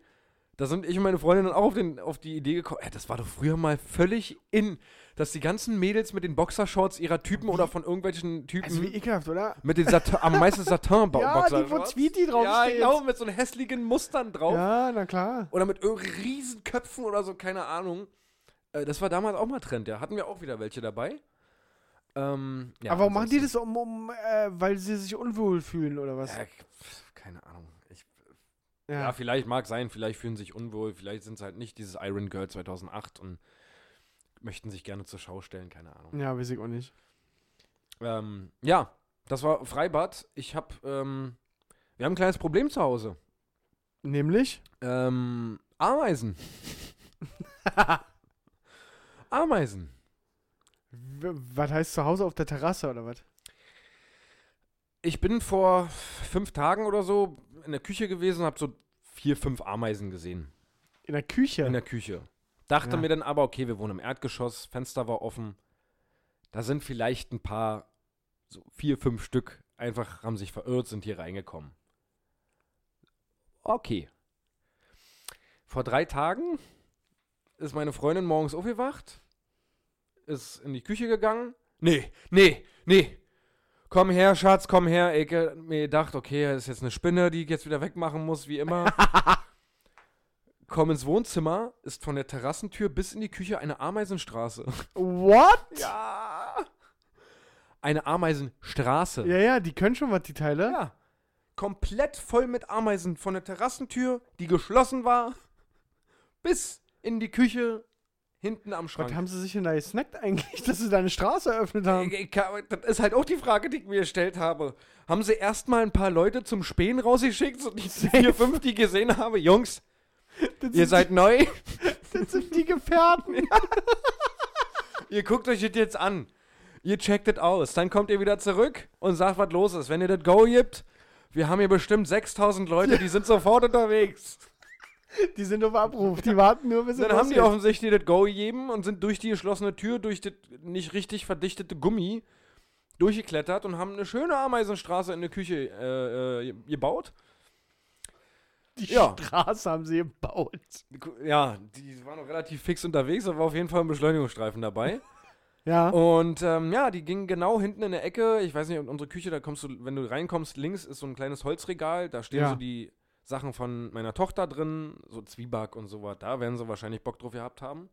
C: Da sind ich und meine Freundin dann auch auf, den, auf die Idee gekommen, ey, das war doch früher mal völlig in, dass die ganzen Mädels mit den Boxershorts ihrer Typen oder von irgendwelchen Typen
B: Also wie ekelhaft, oder?
C: mit den Satin, am meisten
B: Ja,
C: Satin-Boxershorts.
B: die, wo Tweety
C: Ja,
B: draufsteht.
C: genau, mit so hässlichen Mustern drauf.
B: Ja, na klar.
C: Oder mit irg- riesen Köpfen oder so, keine Ahnung. Äh, das war damals auch mal Trend, ja. Hatten wir auch wieder welche dabei. Ähm, ja,
B: Aber warum machen die
C: ansonsten-
B: das um, um äh, weil sie sich unwohl fühlen oder was?
C: Ja, pf, keine Ahnung. Ich, ja. vielleicht mag sein, vielleicht fühlen sich unwohl, vielleicht sind es halt nicht dieses Iron Girl 2008 und möchten sich gerne zur Schau stellen, keine Ahnung.
B: Ja, weiß ich auch nicht.
C: Ähm, ja, das war Freibad. Ich habe, ähm, wir haben ein kleines Problem zu Hause.
B: Nämlich?
C: Ähm, Ameisen. Ameisen.
B: W- Was heißt zu Hause auf der Terrasse oder was?
C: Ich bin vor fünf Tagen oder so in der Küche gewesen und habe so vier, fünf Ameisen gesehen.
B: In der Küche?
C: In der Küche. Dachte
B: Ja.
C: mir dann aber, okay, wir wohnen im Erdgeschoss, Fenster war offen. Da sind vielleicht ein paar, so vier, fünf Stück, einfach haben sich verirrt, sind hier reingekommen. Okay. Vor drei Tagen ist meine Freundin morgens aufgewacht, ist in die Küche gegangen. Nee, nee, nee. Komm her, Schatz, komm her. Ich äh, mir gedacht, okay, das ist jetzt eine Spinne, die ich jetzt wieder wegmachen muss, wie immer. Komm ins Wohnzimmer, ist von der Terrassentür bis in die Küche eine Ameisenstraße.
B: What?
C: Ja. Eine Ameisenstraße.
B: Ja, ja, die können schon was, die Teile.
C: Ja. Komplett voll mit Ameisen von der Terrassentür, die geschlossen war, bis in die Küche, hinten am
B: Was
C: Schrank.
B: haben sie sich denn da gesnackt eigentlich, dass sie da eine Straße eröffnet haben?
C: Ich- ich kann- Das ist halt auch die Frage, die ich mir gestellt habe. Haben sie erstmal ein paar Leute zum Spähen rausgeschickt, so die vier, fünf, die ich gesehen habe? Jungs,
B: Das
C: ihr
B: sind,
C: seid neu,
B: das sind die Gefährten.
C: ihr guckt euch das jetzt an. Ihr checkt das aus. Dann kommt ihr wieder zurück und sagt, was los ist. Wenn ihr das Go gibt, wir haben hier bestimmt 6000 Leute, die sind sofort unterwegs.
B: Die sind auf Abruf, die warten nur, bis sie
C: Dann haben die
B: losgeht.
C: offensichtlich das Go gegeben und sind durch die geschlossene Tür, durch das nicht richtig verdichtete Gummi durchgeklettert und haben eine schöne Ameisenstraße in der Küche äh, äh, gebaut.
B: die
C: ja.
B: Straße haben sie gebaut.
C: Ja, die waren noch relativ fix unterwegs, da war auf jeden Fall ein Beschleunigungsstreifen dabei.
B: Ja.
C: Und ähm, ja, die gingen genau hinten in der Ecke. Ich weiß nicht, ob unsere Küche, da kommst du, wenn du reinkommst, links ist so ein kleines Holzregal, da stehen
B: Ja.
C: so die Sachen von meiner Tochter drin, so Zwieback und sowas. Da werden sie wahrscheinlich Bock drauf gehabt haben.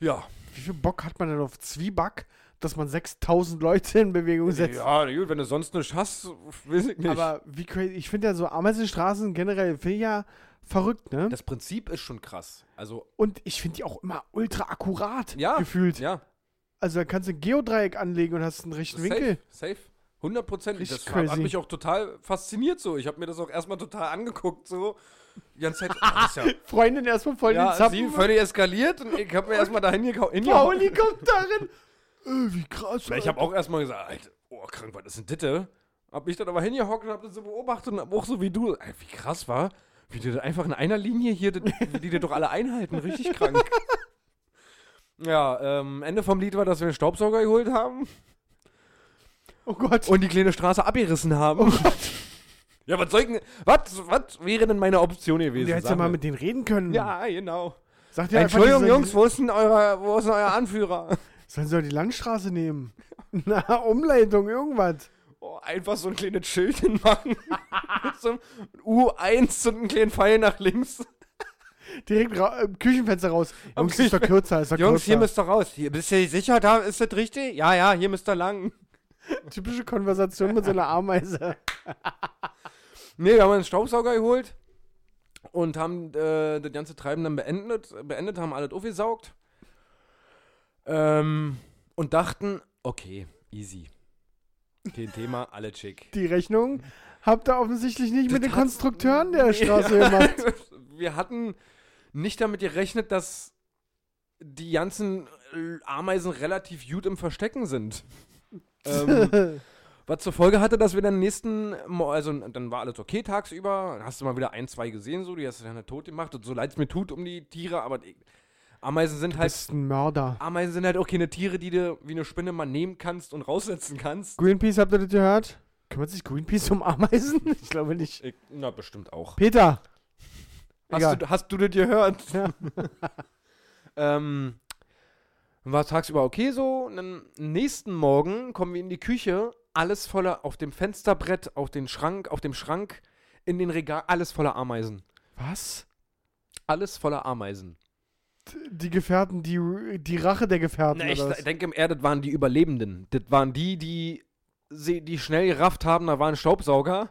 C: Ja,
B: Wie viel Bock hat man denn auf Zwieback, dass man 6000 Leute in Bewegung setzt?
C: Ja, na gut, wenn du sonst nichts hast, weiß ich nicht.
B: Aber wie crazy, ich finde ja so Ameisenstraßen generell, finde ich ja verrückt, ne?
C: das Prinzip ist schon krass. Also,
B: Und ich finde die auch immer ultra akkurat
C: Ja.
B: gefühlt.
C: ja,
B: Also da kannst du ein Geodreieck anlegen und hast einen rechten Winkel.
C: safe. 100 Prozent.
B: Richtig
C: Das hat, hat
B: crazy.
C: mich auch total fasziniert so. Ich habe mir das auch erstmal total angeguckt so. Die ganze Zeit, ah, das ist
B: Freundin erstmal voll
C: ja,
B: den
C: ja
B: Zappen.
C: sie völlig eskaliert und ich habe mir erstmal dahin gehauen.
B: Pauli kommt darin. äh, wie krass.
C: Ich habe auch erstmal gesagt, Alter, oh, krank, was ist denn Ditte? Hab mich dann aber hingehockt und hab das so beobachtet und hab auch so wie du, ey, wie krass war, wie die das einfach in einer Linie hier, das- wie die das doch alle einhalten, richtig krank. Ja, ähm, Ende vom Lied war, dass wir einen Staubsauger geholt haben
B: Oh Gott.
C: und die kleine Straße abgerissen haben.
B: Oh.
C: ja, was soll ich denn, was, was wäre denn meine Option
B: Du
C: gewesen?
B: hättest ja
C: sag
B: mal
C: mir.
B: mit denen reden können.
C: ja, genau.
B: Sag dir einfach,
C: Entschuldigung,
B: die sollen-
C: Jungs, wo ist denn euer, wo ist denn euer Anführer?
B: Sollen sie doch die Landstraße nehmen? Na, Umleitung, irgendwas.
C: Oh, einfach so ein kleines Schild hinmachen. Mit so einem U1 und einem kleinen Pfeil nach links.
B: Direkt ra äh, Küchenfenster raus.
C: Am
B: Jungs, ist doch
C: Küchen-
B: kürzer, ist doch
C: Jungs, hier
B: kürzer.
C: müsst ihr raus. Hier, bist du sicher, da ist das richtig? Ja, ja, hier müsst ihr lang.
B: Typische Konversation mit so einer Ameise.
C: Nee, wir haben einen Staubsauger geholt und haben äh, das ganze Treiben dann beendet, beendet haben alles aufgesaugt. Ähm, und dachten, okay, easy. Kein Thema, alle chick.
B: Die Rechnung habt ihr offensichtlich nicht mit
C: Das
B: den
C: hat-
B: Konstrukteuren der Straße
C: Ja.
B: gemacht.
C: Wir hatten nicht damit gerechnet, dass die ganzen äh, Ameisen relativ gut im Verstecken sind. ähm, was zur Folge hatte, dass wir dann nächsten, Mo- also dann war alles okay tagsüber, dann hast du mal wieder ein, zwei gesehen, so, die hast du dann tot gemacht und so leid es mir tut um die Tiere, aber die Ameisen sind halt,
B: Das ist ein Mörder.
C: Ameisen sind halt auch keine Tiere, die du wie eine Spinne mal nehmen kannst und raussetzen kannst.
B: Greenpeace, habt ihr das gehört? Kümmert sich Greenpeace um Ameisen? Ich glaube nicht.
C: Ich- Na, bestimmt auch.
B: Peter! Egal.
C: Hast du, hast du das gehört?
B: Ja.
C: ähm, war tagsüber okay so. Und dann nächsten Morgen kommen wir in die Küche, alles voller auf dem Fensterbrett, auf den Schrank, auf dem Schrank, in den Regal, alles voller Ameisen.
B: Was?
C: Alles voller Ameisen.
B: Die Gefährten, die, die Rache der Gefährten.
C: Na, ich
B: oder was?
C: denke im Erd, das waren die Überlebenden. Das waren die, die, sie- die schnell gerafft haben, da war ein Staubsauger.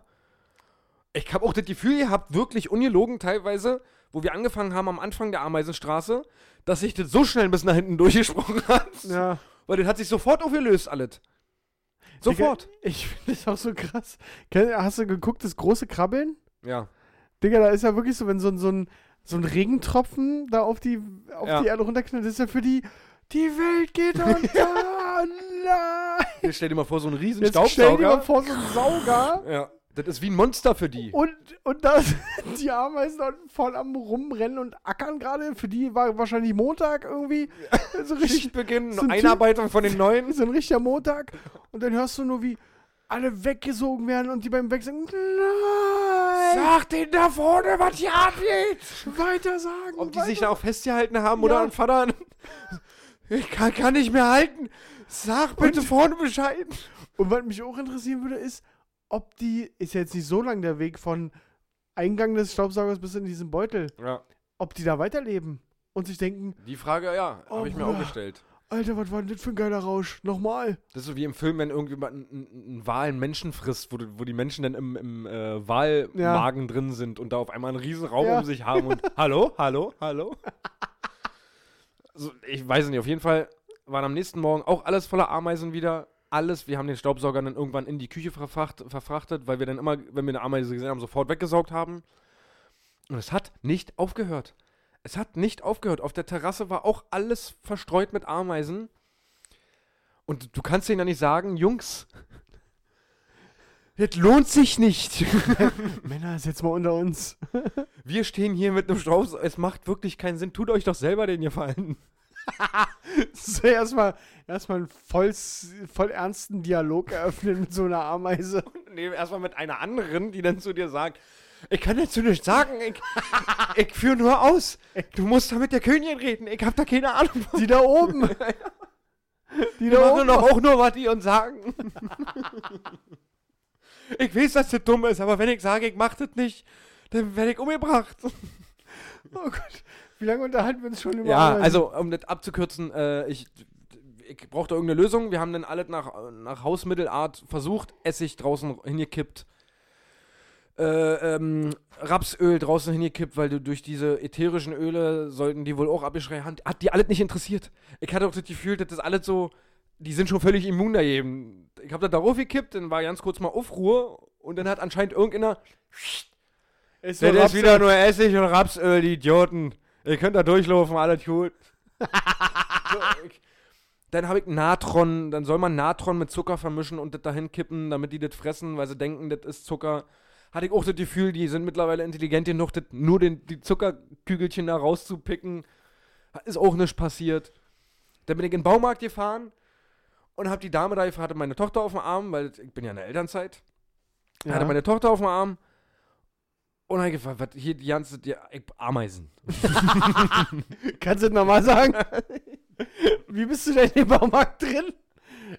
C: Ich habe auch das Gefühl gehabt, wirklich ungelogen teilweise, wo wir angefangen haben am Anfang der Ameisenstraße, dass sich das so schnell bis nach hinten durchgesprochen hat.
B: ja.
C: Weil das hat sich sofort aufgelöst, alles. Sofort.
B: Digga, ich finde das auch so krass. Kenn- Hast du geguckt, das große Krabbeln?
C: Ja.
B: Digga, da ist ja wirklich so, wenn so, ein- so, ein, so ein Regentropfen da auf die, auf
C: Ja.
B: die Erde runterknallt, das ist ja für die, die Welt geht unter. Nein!
C: Jetzt stell dir mal vor, so einen riesen
B: Jetzt stell dir
C: Staubsauger.
B: mal vor, so einen Sauger.
C: Ja. Das ist wie ein Monster für die.
B: Und, und da sind die Ameisen da unten voll am Rumrennen und Ackern gerade. Für die war wahrscheinlich Montag irgendwie. So, richtig,
C: Schichtbeginn,
B: so ein Typ-
C: Einarbeitung von den Neuen.
B: so ein richtiger Montag. Und dann hörst du nur, wie alle weggesogen werden und die beim Weg sagen: Nein!
C: Sag denen da vorne, was hier abgeht.
B: Weiter sagen!
C: Ob die
B: weiter.
C: sich da auch festgehalten haben
B: Ja.
C: oder an Vater. Ich kann, kann nicht mehr halten. Sag bitte vorne Bescheid.
B: und was mich auch interessieren würde, ist, ob die, ist ja jetzt nicht so lang der Weg von Eingang des Staubsaugers bis in diesen Beutel,
C: Ja,
B: ob die da weiterleben und sich denken:
C: die Frage, ja,
B: Oh,
C: habe ich mir
B: Bruder.
C: auch gestellt.
B: Alter, was war denn das für ein geiler Rausch? Nochmal!
C: Das ist so wie im Film, wenn irgendwie mal ein, ein, ein Wal einen Menschen frisst, wo, du- wo die Menschen dann im, im äh, Walmagen drin sind und da auf einmal einen riesen Raum
B: Ja.
C: um sich haben und Hallo, hallo, hallo. so, ich weiß nicht, auf jeden Fall waren am nächsten Morgen auch alles voller Ameisen wieder. Alles, wir haben den Staubsauger dann irgendwann in die Küche verfracht, verfrachtet, weil wir dann immer, wenn wir eine Ameise gesehen haben, sofort weggesaugt haben. Und es hat nicht aufgehört. Es hat nicht aufgehört. Auf der Terrasse war auch alles verstreut mit Ameisen. Und du kannst denen ja nicht sagen, Jungs, das lohnt sich nicht.
B: Männer, ist jetzt mal unter uns.
C: Wir stehen hier mit einem Strauß, es macht wirklich keinen Sinn. Tut euch doch selber den Gefallen.
B: So, erstmal erstmal einen voll, voll ernsten Dialog eröffnen mit so einer Ameise.
C: Nee, erstmal mit einer anderen, die dann zu dir sagt, ich kann dazu nichts sagen, ich, ich führe nur aus. Du musst da mit der Königin reden, ich hab da keine Ahnung.
B: Die da oben. Die
C: Die
B: da
C: machen
B: oben.
C: doch auch nur, was die uns sagen. ich weiß, dass das dumm ist, aber wenn ich sage, ich mach das nicht, dann werde ich umgebracht.
B: Oh Gott. Wie lange unterhalten wir uns schon über
C: Ja,
B: Ameisen?
C: also um das abzukürzen, äh, ich, ich brauchte irgendeine Lösung. Wir haben dann alles nach, nach Hausmittelart versucht, Essig draußen hingekippt, äh, ähm, Rapsöl draußen hingekippt, weil du durch diese ätherischen Öle sollten die wohl auch abgeschreien. Hat, hat die alles nicht interessiert. Ich hatte auch das Gefühl, dass das alles so, die sind schon völlig immun daneben. Ich habe da darauf gekippt, dann war ganz kurz mal Aufruhr und dann hat anscheinend irgendeiner
B: Ist
C: das
B: so
C: ist
B: Raps-
C: wieder nur Essig und Rapsöl, die Idioten. Ihr könnt da durchlaufen, alles cool. so, ich, dann habe ich Natron, dann soll man Natron mit Zucker vermischen und das dahin kippen, damit die das fressen, weil sie denken, das ist Zucker. Hatte ich auch das Gefühl, die sind mittlerweile intelligent genug, das, nur den, die Zuckerkügelchen da rauszupicken. Ist auch nichts passiert. Dann bin ich in den Baumarkt gefahren und habe die Dame da, ich hatte meine Tochter auf dem Arm, weil ich bin ja in der Elternzeit. Ich hatte
B: Ja.
C: meine Tochter auf dem Arm. Und dann hab ich gefragt, was hier die ganze, die ich- Ameisen.
B: Kannst du das nochmal sagen? Wie bist du denn im Baumarkt drin?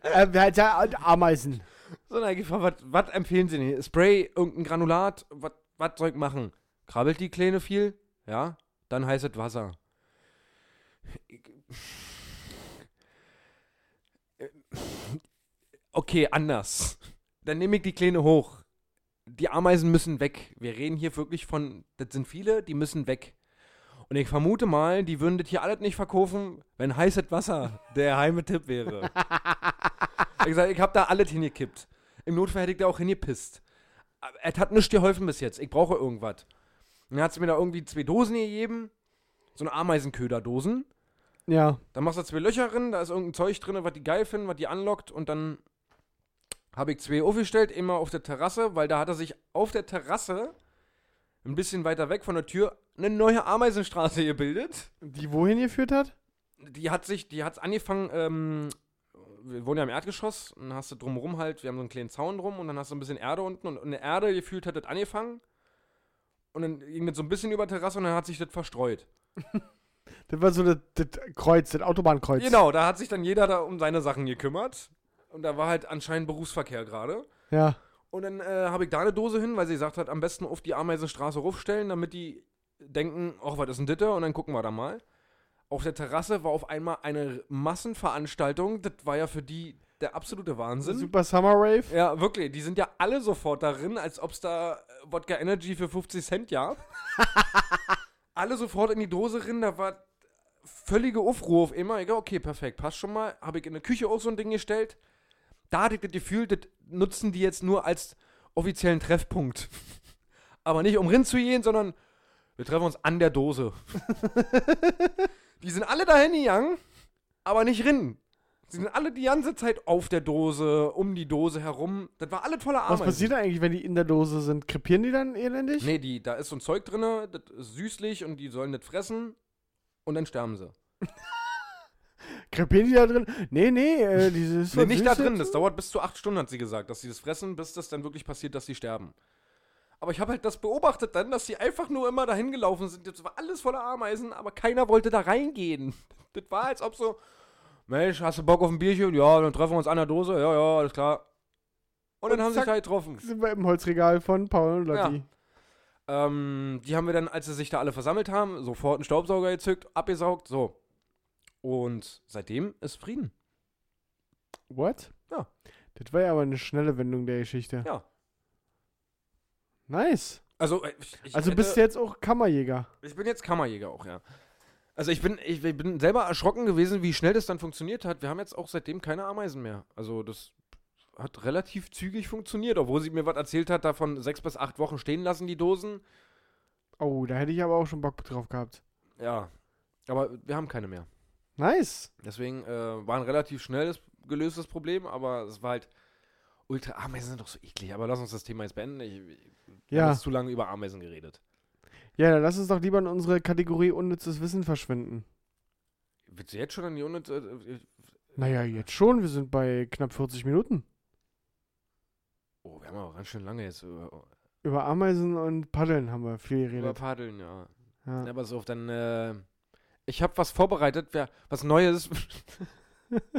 B: Äh, wer hat ja Ameisen.
C: So, dann hab ich gefragt, was, was empfehlen Sie denn? Spray, irgendein Granulat, was, was soll ich machen? Krabbelt die Kleine viel? Ja, dann heißt es Wasser. Ich- Okay, anders. Dann nehme ich die Kleine hoch. Die Ameisen müssen weg. Wir reden hier wirklich von, das sind viele, die müssen weg. Und ich vermute mal, die würden das hier alles nicht verkaufen, wenn heißes Wasser der heime Tipp wäre. ich sag, ich habe da alles hingekippt. Im Notfall hätte ich da auch hingepisst. Aber Es hat nichts geholfen bis jetzt. Ich brauche irgendwas. Und Dann hat sie mir da irgendwie zwei Dosen gegeben. So eine Ameisenköderdosen.
B: Ja.
C: Dann machst du zwei Löcher drin, da ist irgendein Zeug drin, was die geil finden, was die anlockt. Und dann habe ich zwei aufgestellt, immer auf der Terrasse, weil da hat er sich auf der Terrasse, ein bisschen weiter weg von der Tür, eine neue Ameisenstraße gebildet.
B: Die wohin geführt hat?
C: Die hat sich, die hat's angefangen, ähm, wir wohnen ja im Erdgeschoss, und dann hast du drumherum halt, wir haben so einen kleinen Zaun drum und dann hast du ein bisschen Erde unten und eine Erde gefühlt hat das angefangen. Und dann ging das so ein bisschen über die Terrasse und dann hat sich das verstreut.
B: Das war so das, das Kreuz, das Autobahnkreuz.
C: Genau, da hat sich dann jeder da um seine Sachen gekümmert. Und da war halt anscheinend Berufsverkehr gerade.
B: Ja.
C: Und dann äh, habe ich da eine Dose hin, weil sie gesagt hat, am besten auf die Ameisenstraße rufstellen, damit die denken, ach, was ist denn das? Und dann gucken wir da mal. Auf der Terrasse war auf einmal eine Massenveranstaltung. Das war ja für die der absolute Wahnsinn.
B: Super Summer Rave.
C: Ja, wirklich. Die sind ja alle sofort darin, als ob es da äh, Wodka Energy für 50 Cent gab. alle sofort in die Dose rin, da war völlige Aufruhr auf immer. Egal, okay, perfekt, passt schon mal. Habe ich in der Küche auch so ein Ding gestellt. Da hatte ich das Gefühl, das nutzen die jetzt nur als offiziellen Treffpunkt. Aber nicht um rin zu gehen, sondern wir treffen uns an der Dose. die sind alle dahin gegangen, aber nicht rinnen. Sie sind alle die ganze Zeit auf der Dose, um die Dose herum. Das war alle tolle
B: Was
C: Ameisen.
B: passiert eigentlich, wenn die in der Dose sind? Krepieren die dann elendig?
C: Nee, die, da ist so ein Zeug drin, das ist süßlich und die sollen das fressen und dann sterben sie.
B: Krepieren die da drin? Nee, nee, äh, dieses.
C: Nee, nicht da drin, das dauert bis zu acht Stunden, hat sie gesagt, dass sie das fressen, bis das dann wirklich passiert, dass sie sterben. Aber ich habe halt das beobachtet dann, dass sie einfach nur immer dahin gelaufen sind. Das war alles voller Ameisen, aber keiner wollte da reingehen. Das war, als ob so, Mensch, hast du Bock auf ein Bierchen? Ja, dann treffen wir uns an der Dose. Ja, ja, alles klar. Und dann
B: Und
C: haben sie sich
B: zack.
C: da getroffen.
B: sind wir im Holzregal von Paul und Lotti.
C: Ja. Ähm, die haben wir dann, als sie sich da alle versammelt haben, sofort einen Staubsauger gezückt, abgesaugt, so. Und seitdem ist Frieden.
B: What?
C: Ja.
B: Das war ja aber eine schnelle Wendung der Geschichte.
C: Ja.
B: Nice.
C: Also, äh, ich, ich
B: Also
C: hätte-
B: bist du jetzt auch Kammerjäger.
C: Ich bin jetzt Kammerjäger auch, ja. Also ich bin, ich, ich bin selber erschrocken gewesen, wie schnell das dann funktioniert hat. Wir haben jetzt auch seitdem keine Ameisen mehr. Also das hat relativ zügig funktioniert, obwohl sie mir was erzählt hat, davon sechs bis acht Wochen stehen lassen, die Dosen.
B: Oh, da hätte ich aber auch schon Bock drauf gehabt.
C: Ja. Aber wir haben keine mehr.
B: Nice.
C: Deswegen äh, war ein relativ schnelles gelöstes Problem, aber es war halt ultra. Ameisen sind doch so eklig, aber lass uns das Thema jetzt beenden. Ich, ich wir haben
B: Ja.
C: jetzt zu lange über Ameisen geredet.
B: Ja, dann lass uns doch lieber in unsere Kategorie unnützes Wissen verschwinden.
C: Willst du jetzt schon an die Unit? Äh,
B: Naja, jetzt schon. Wir sind bei knapp 40 Minuten.
C: oh, wir haben aber ganz schön lange jetzt über,
B: Über Ameisen und Paddeln haben wir viel
C: über
B: geredet.
C: Paddeln, ja.
B: Ja.
C: Ja, Ne, pass auf, dann, äh, ich habe was vorbereitet, wer, was Neues.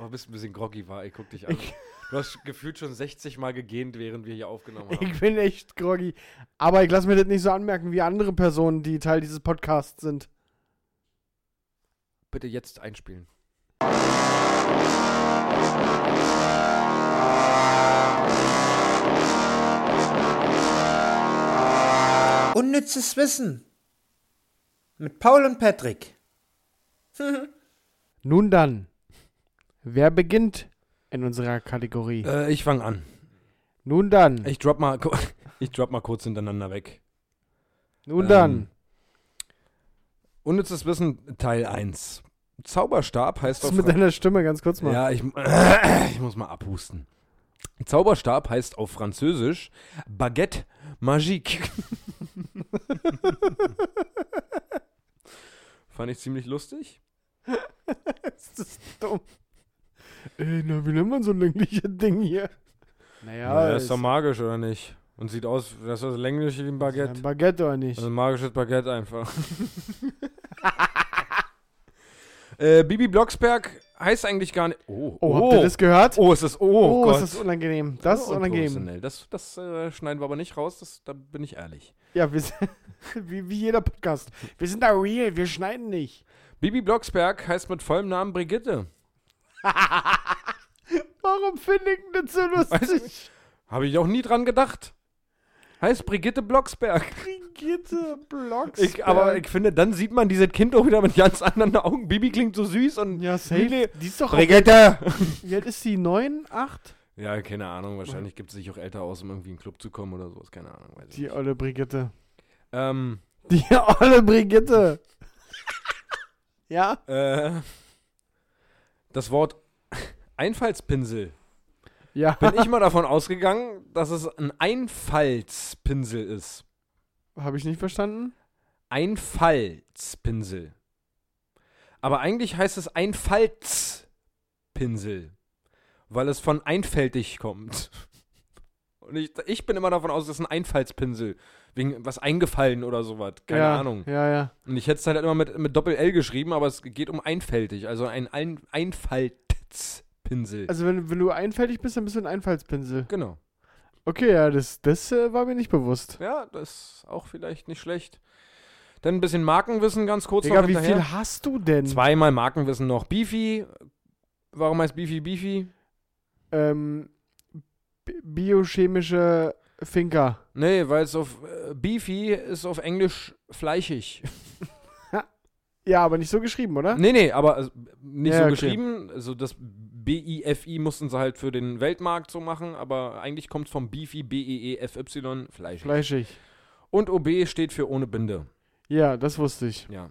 C: oh, bist ein bisschen groggy war, ey, guck dich an.
B: Ich-
C: Du hast gefühlt schon 60 Mal gegähnt, während wir hier aufgenommen haben.
B: Ich bin echt groggy. Aber ich lasse mir das nicht so anmerken wie andere Personen, die Teil dieses Podcasts sind.
C: Bitte jetzt einspielen.
D: Unnützes Wissen. Mit Paul und Patrick.
B: Nun dann, wer beginnt in unserer Kategorie?
C: Äh, ich fange an.
B: Nun dann,
C: Ich drop mal, ku- ich drop mal kurz hintereinander weg.
B: nun
C: ähm,
B: dann.
C: Unnützes Wissen, Teil 1. Zauberstab heißt
B: Was
C: auf
B: ist mit deiner Stimme ganz kurz mal?
C: Ja, ich, ich muss mal abhusten. Zauberstab heißt auf Französisch Baguette Magique. Fand ich ziemlich lustig.
B: Das ist dumm. Ey, na, wie nennt man so ein längliches Ding hier? Naja,
C: das ist doch magisch, oder nicht? Und sieht aus, das ist länglich wie ein Baguette.
B: Baguette. Ein Baguette oder nicht?
C: Also ein magisches Baguette einfach. äh, Bibi Blocksberg heißt eigentlich gar nicht. Oh,
B: oh, habt ihr das gehört?
C: oh, ist das. Oh,
B: Oh,
C: Gott. Oh, ne?
B: ist das unangenehm. Das ist unangenehm.
C: Unprofessionell. Das, das äh, schneiden wir aber nicht raus, das, da bin ich ehrlich.
B: Ja, wir sind, wie, wie jeder Podcast. Wir sind da real, wir schneiden nicht.
C: Bibi Blocksberg heißt mit vollem Namen Brigitte.
B: Warum finde ich das so lustig?
C: Habe ich auch nie dran gedacht. Heißt Brigitte Blocksberg.
B: Brigitte Blocks.
C: Ich, aber ich finde, dann sieht man dieses Kind auch wieder mit ganz anderen Augen. Bibi klingt so süß und
B: Ja, safe.
C: Lili-
B: Die ist doch.
C: Brigitte!
B: Wie alt ist die? Neun, acht?
C: Ja, keine Ahnung. Wahrscheinlich gibt es sich auch älter aus, um irgendwie in den Club zu kommen oder sowas. Keine Ahnung. Weiß ich
B: Die
C: nicht.
B: olle Brigitte.
C: Ähm,
B: Die olle Brigitte. ja?
C: äh, das Wort Einfallspinsel.
B: Ja.
C: Bin ich mal davon ausgegangen, dass es ein Einfallspinsel ist.
B: Habe ich nicht verstanden?
C: Einfallspinsel. Aber eigentlich heißt es Einfallspinsel, weil es von einfältig kommt. Und ich, ich bin immer davon aus, es ist ein Einfallspinsel. Wegen was eingefallen oder sowas. Keine
B: ja,
C: Ahnung.
B: Ja, ja.
C: Und ich hätte es halt immer mit, mit Doppel-L geschrieben, aber es geht um einfältig. Also ein, ein Einfallspinsel.
B: Also wenn, wenn du einfältig bist, dann bist du ein Einfallspinsel.
C: genau.
B: Okay, ja, das, das äh, war mir nicht bewusst.
C: Ja, das ist auch vielleicht nicht schlecht. Dann ein bisschen Markenwissen ganz kurz
B: Digga,
C: noch
B: wie
C: hinterher.
B: viel hast du denn?
C: Zweimal Markenwissen noch. Beefy. Warum heißt Beefy Beefy?
B: Ähm, bi- biochemische Finker.
C: Nee, weil es auf äh, Beefy ist auf Englisch fleischig.
B: Ja, aber nicht so geschrieben, oder?
C: nee, nee, aber also, nicht
B: Ja,
C: so
B: okay.
C: geschrieben. Also das B-I-F-I mussten sie halt für den Weltmarkt so machen, aber eigentlich kommt es vom Beefy E B-E-E-F-Y fleischig.
B: Fleischig.
C: Und OB steht für ohne Binde.
B: Ja, das wusste ich.
C: Ja.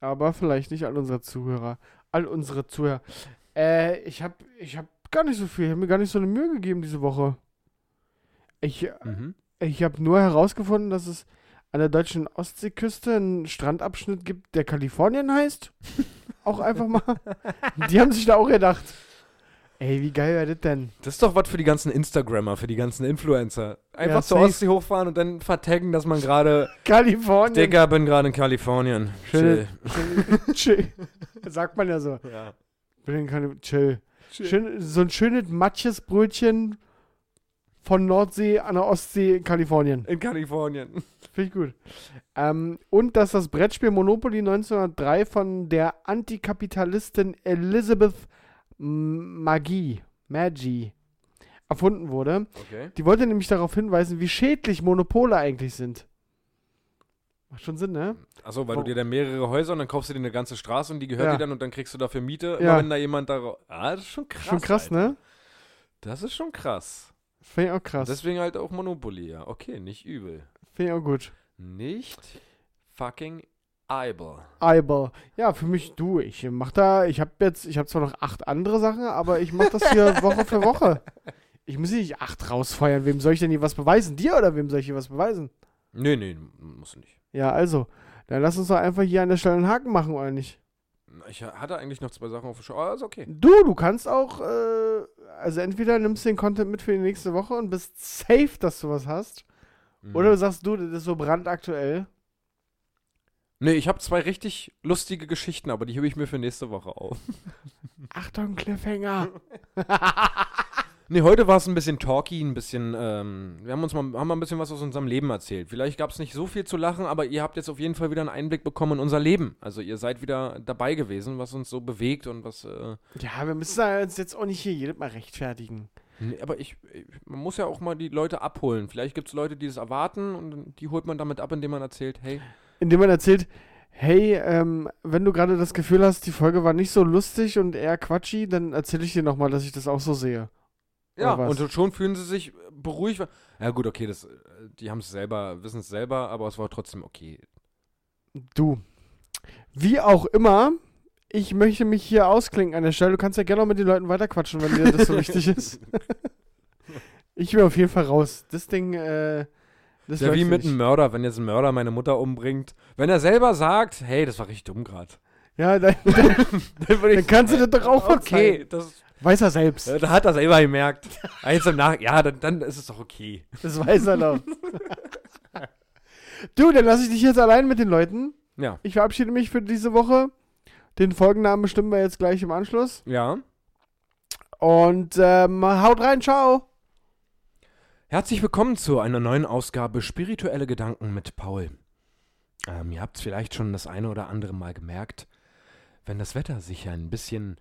B: Aber vielleicht nicht all unsere Zuhörer. All unsere Zuhörer. Äh, ich hab, ich hab gar nicht so viel, ich hab mir gar nicht so eine Mühe gegeben diese Woche. Ich,
C: Mhm.
B: ich habe nur herausgefunden, dass es an der deutschen Ostseeküste einen Strandabschnitt gibt, der Kalifornien heißt. auch einfach mal. Die haben sich da auch gedacht. Ey, wie geil wäre das denn?
C: Das ist doch was für die ganzen Instagrammer, für die ganzen Influencer. Einfach
B: Ja,
C: zur
B: safe.
C: Ostsee hochfahren und dann vertaggen, dass man gerade.
B: Kalifornien.
C: Digga, bin gerade in Kalifornien.
B: Schöne- Chill. Sagt man ja so.
C: Chill. Ja.
B: Bin in Kalif- Chill. Schön, so ein schönes matsches Brötchen von Nordsee an der Ostsee in Kalifornien.
C: In Kalifornien.
B: Finde ich gut. Ähm, und dass das Brettspiel Monopoly 1903 von der Antikapitalistin Elizabeth M- Magie, Maggie erfunden wurde.
C: Okay.
B: Die wollte nämlich darauf hinweisen, wie schädlich Monopole eigentlich sind. Macht schon Sinn, ne?
C: Achso, weil
B: Oh.
C: du dir dann mehrere Häuser und dann kaufst du dir eine ganze Straße und die gehört
B: Ja.
C: dir dann und dann kriegst du dafür Miete. Immer
B: Ja.
C: wenn da jemand da. Ah, das ist schon krass.
B: schon krass,
C: Alter.
B: ne?
C: Das ist schon krass.
B: Finde ich auch krass.
C: Deswegen halt auch Monopoly, ja. Okay, nicht übel.
B: Finde ich auch gut.
C: Nicht fucking Eibel.
B: Eyeball. Ja, für mich du. Ich mach da, ich habe jetzt, ich habe zwar noch acht andere Sachen, aber ich mach das hier Woche für Woche. Ich muss hier nicht acht rausfeuern. Wem soll ich denn hier was beweisen? Dir oder wem soll ich hier was beweisen?
C: Nee, nee, muss nicht.
B: Ja, also. Dann lass uns doch einfach hier an der Stelle einen Haken machen, oder nicht?
C: Ich hatte eigentlich noch zwei Sachen auf der Show. Aber ist okay.
B: Du, du kannst auch, äh, also entweder nimmst du den Content mit für die nächste Woche und bist safe, dass du was hast.
C: Mhm.
B: Oder du sagst, du, das ist so brandaktuell.
C: Nee, ich habe zwei richtig lustige Geschichten, aber die hebe ich mir für nächste Woche auf.
B: Achtung, Cliffhanger.
C: Nee, heute war es ein bisschen talky, ein bisschen, ähm, wir haben uns mal, haben mal ein bisschen was aus unserem Leben erzählt. Vielleicht gab es nicht so viel zu lachen, aber ihr habt jetzt auf jeden Fall wieder einen Einblick bekommen in unser Leben. Also ihr seid wieder dabei gewesen, was uns so bewegt und was, äh,
B: ja, wir müssen uns jetzt auch nicht hier jedes Mal rechtfertigen.
C: nee, aber ich, ich, man muss ja auch mal die Leute abholen. Vielleicht gibt es Leute, die das erwarten und die holt man damit ab, indem man erzählt, hey,
B: indem man erzählt, hey, ähm, wenn du gerade das Gefühl hast, die Folge war nicht so lustig und eher quatschig, dann erzähle ich dir nochmal, dass ich das auch so sehe.
C: ja,
B: Oder was?
C: und schon fühlen sie sich beruhigt. weil- Ja gut, okay, das, äh, die haben es selber, wissen es selber, aber es war trotzdem okay.
B: Du. Wie auch immer, ich möchte mich hier ausklinken an der Stelle. Du kannst ja gerne auch mit den Leuten weiterquatschen, wenn dir das so wichtig ist. Ich will auf jeden Fall raus. Das Ding, äh, das
C: Ja, wie
B: läuft
C: mit
B: nicht.
C: einem Mörder, wenn jetzt ein Mörder meine Mutter umbringt. Wenn er selber sagt, hey, das war richtig dumm gerade.
B: Ja, dann,
C: Dann würde
B: dann kannst du das doch auch verzeihen.
C: Okay, das, äh,
B: Weiß er selbst.
C: da hat er selber gemerkt. Eins im Nach ja, dann, dann ist es doch okay.
B: Das weiß er doch. du, dann lasse ich dich jetzt allein mit den Leuten.
C: Ja.
B: Ich verabschiede mich für diese Woche. Den Folgennamen bestimmen wir jetzt gleich im Anschluss.
C: Ja.
B: Und ähm, haut rein, ciao.
C: Herzlich willkommen zu einer neuen Ausgabe Spirituelle Gedanken mit Paul. Ähm, ihr habt es vielleicht schon das eine oder andere Mal gemerkt, wenn das Wetter sich ein bisschen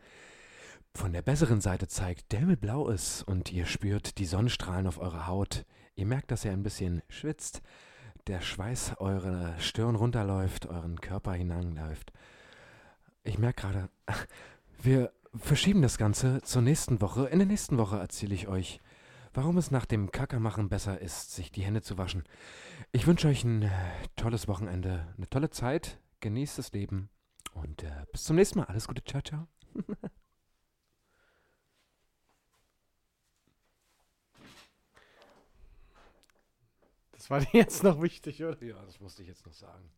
C: von der besseren Seite zeigt, blau ist und ihr spürt die Sonnenstrahlen auf eurer Haut, ihr merkt, dass ihr ein bisschen schwitzt, der Schweiß eure Stirn runterläuft, euren Körper hinanläuft. Ich merke gerade, wir verschieben das Ganze zur nächsten Woche. In der nächsten Woche erzähle ich euch, warum es nach dem Kackermachen besser ist, sich die Hände zu waschen. Ich wünsche euch ein äh, tolles Wochenende, eine tolle Zeit, genießt das Leben und äh, bis zum nächsten Mal. Alles Gute, ciao, ciao.
B: Das war dir jetzt noch wichtig, oder?
C: Ja, das musste ich jetzt noch sagen.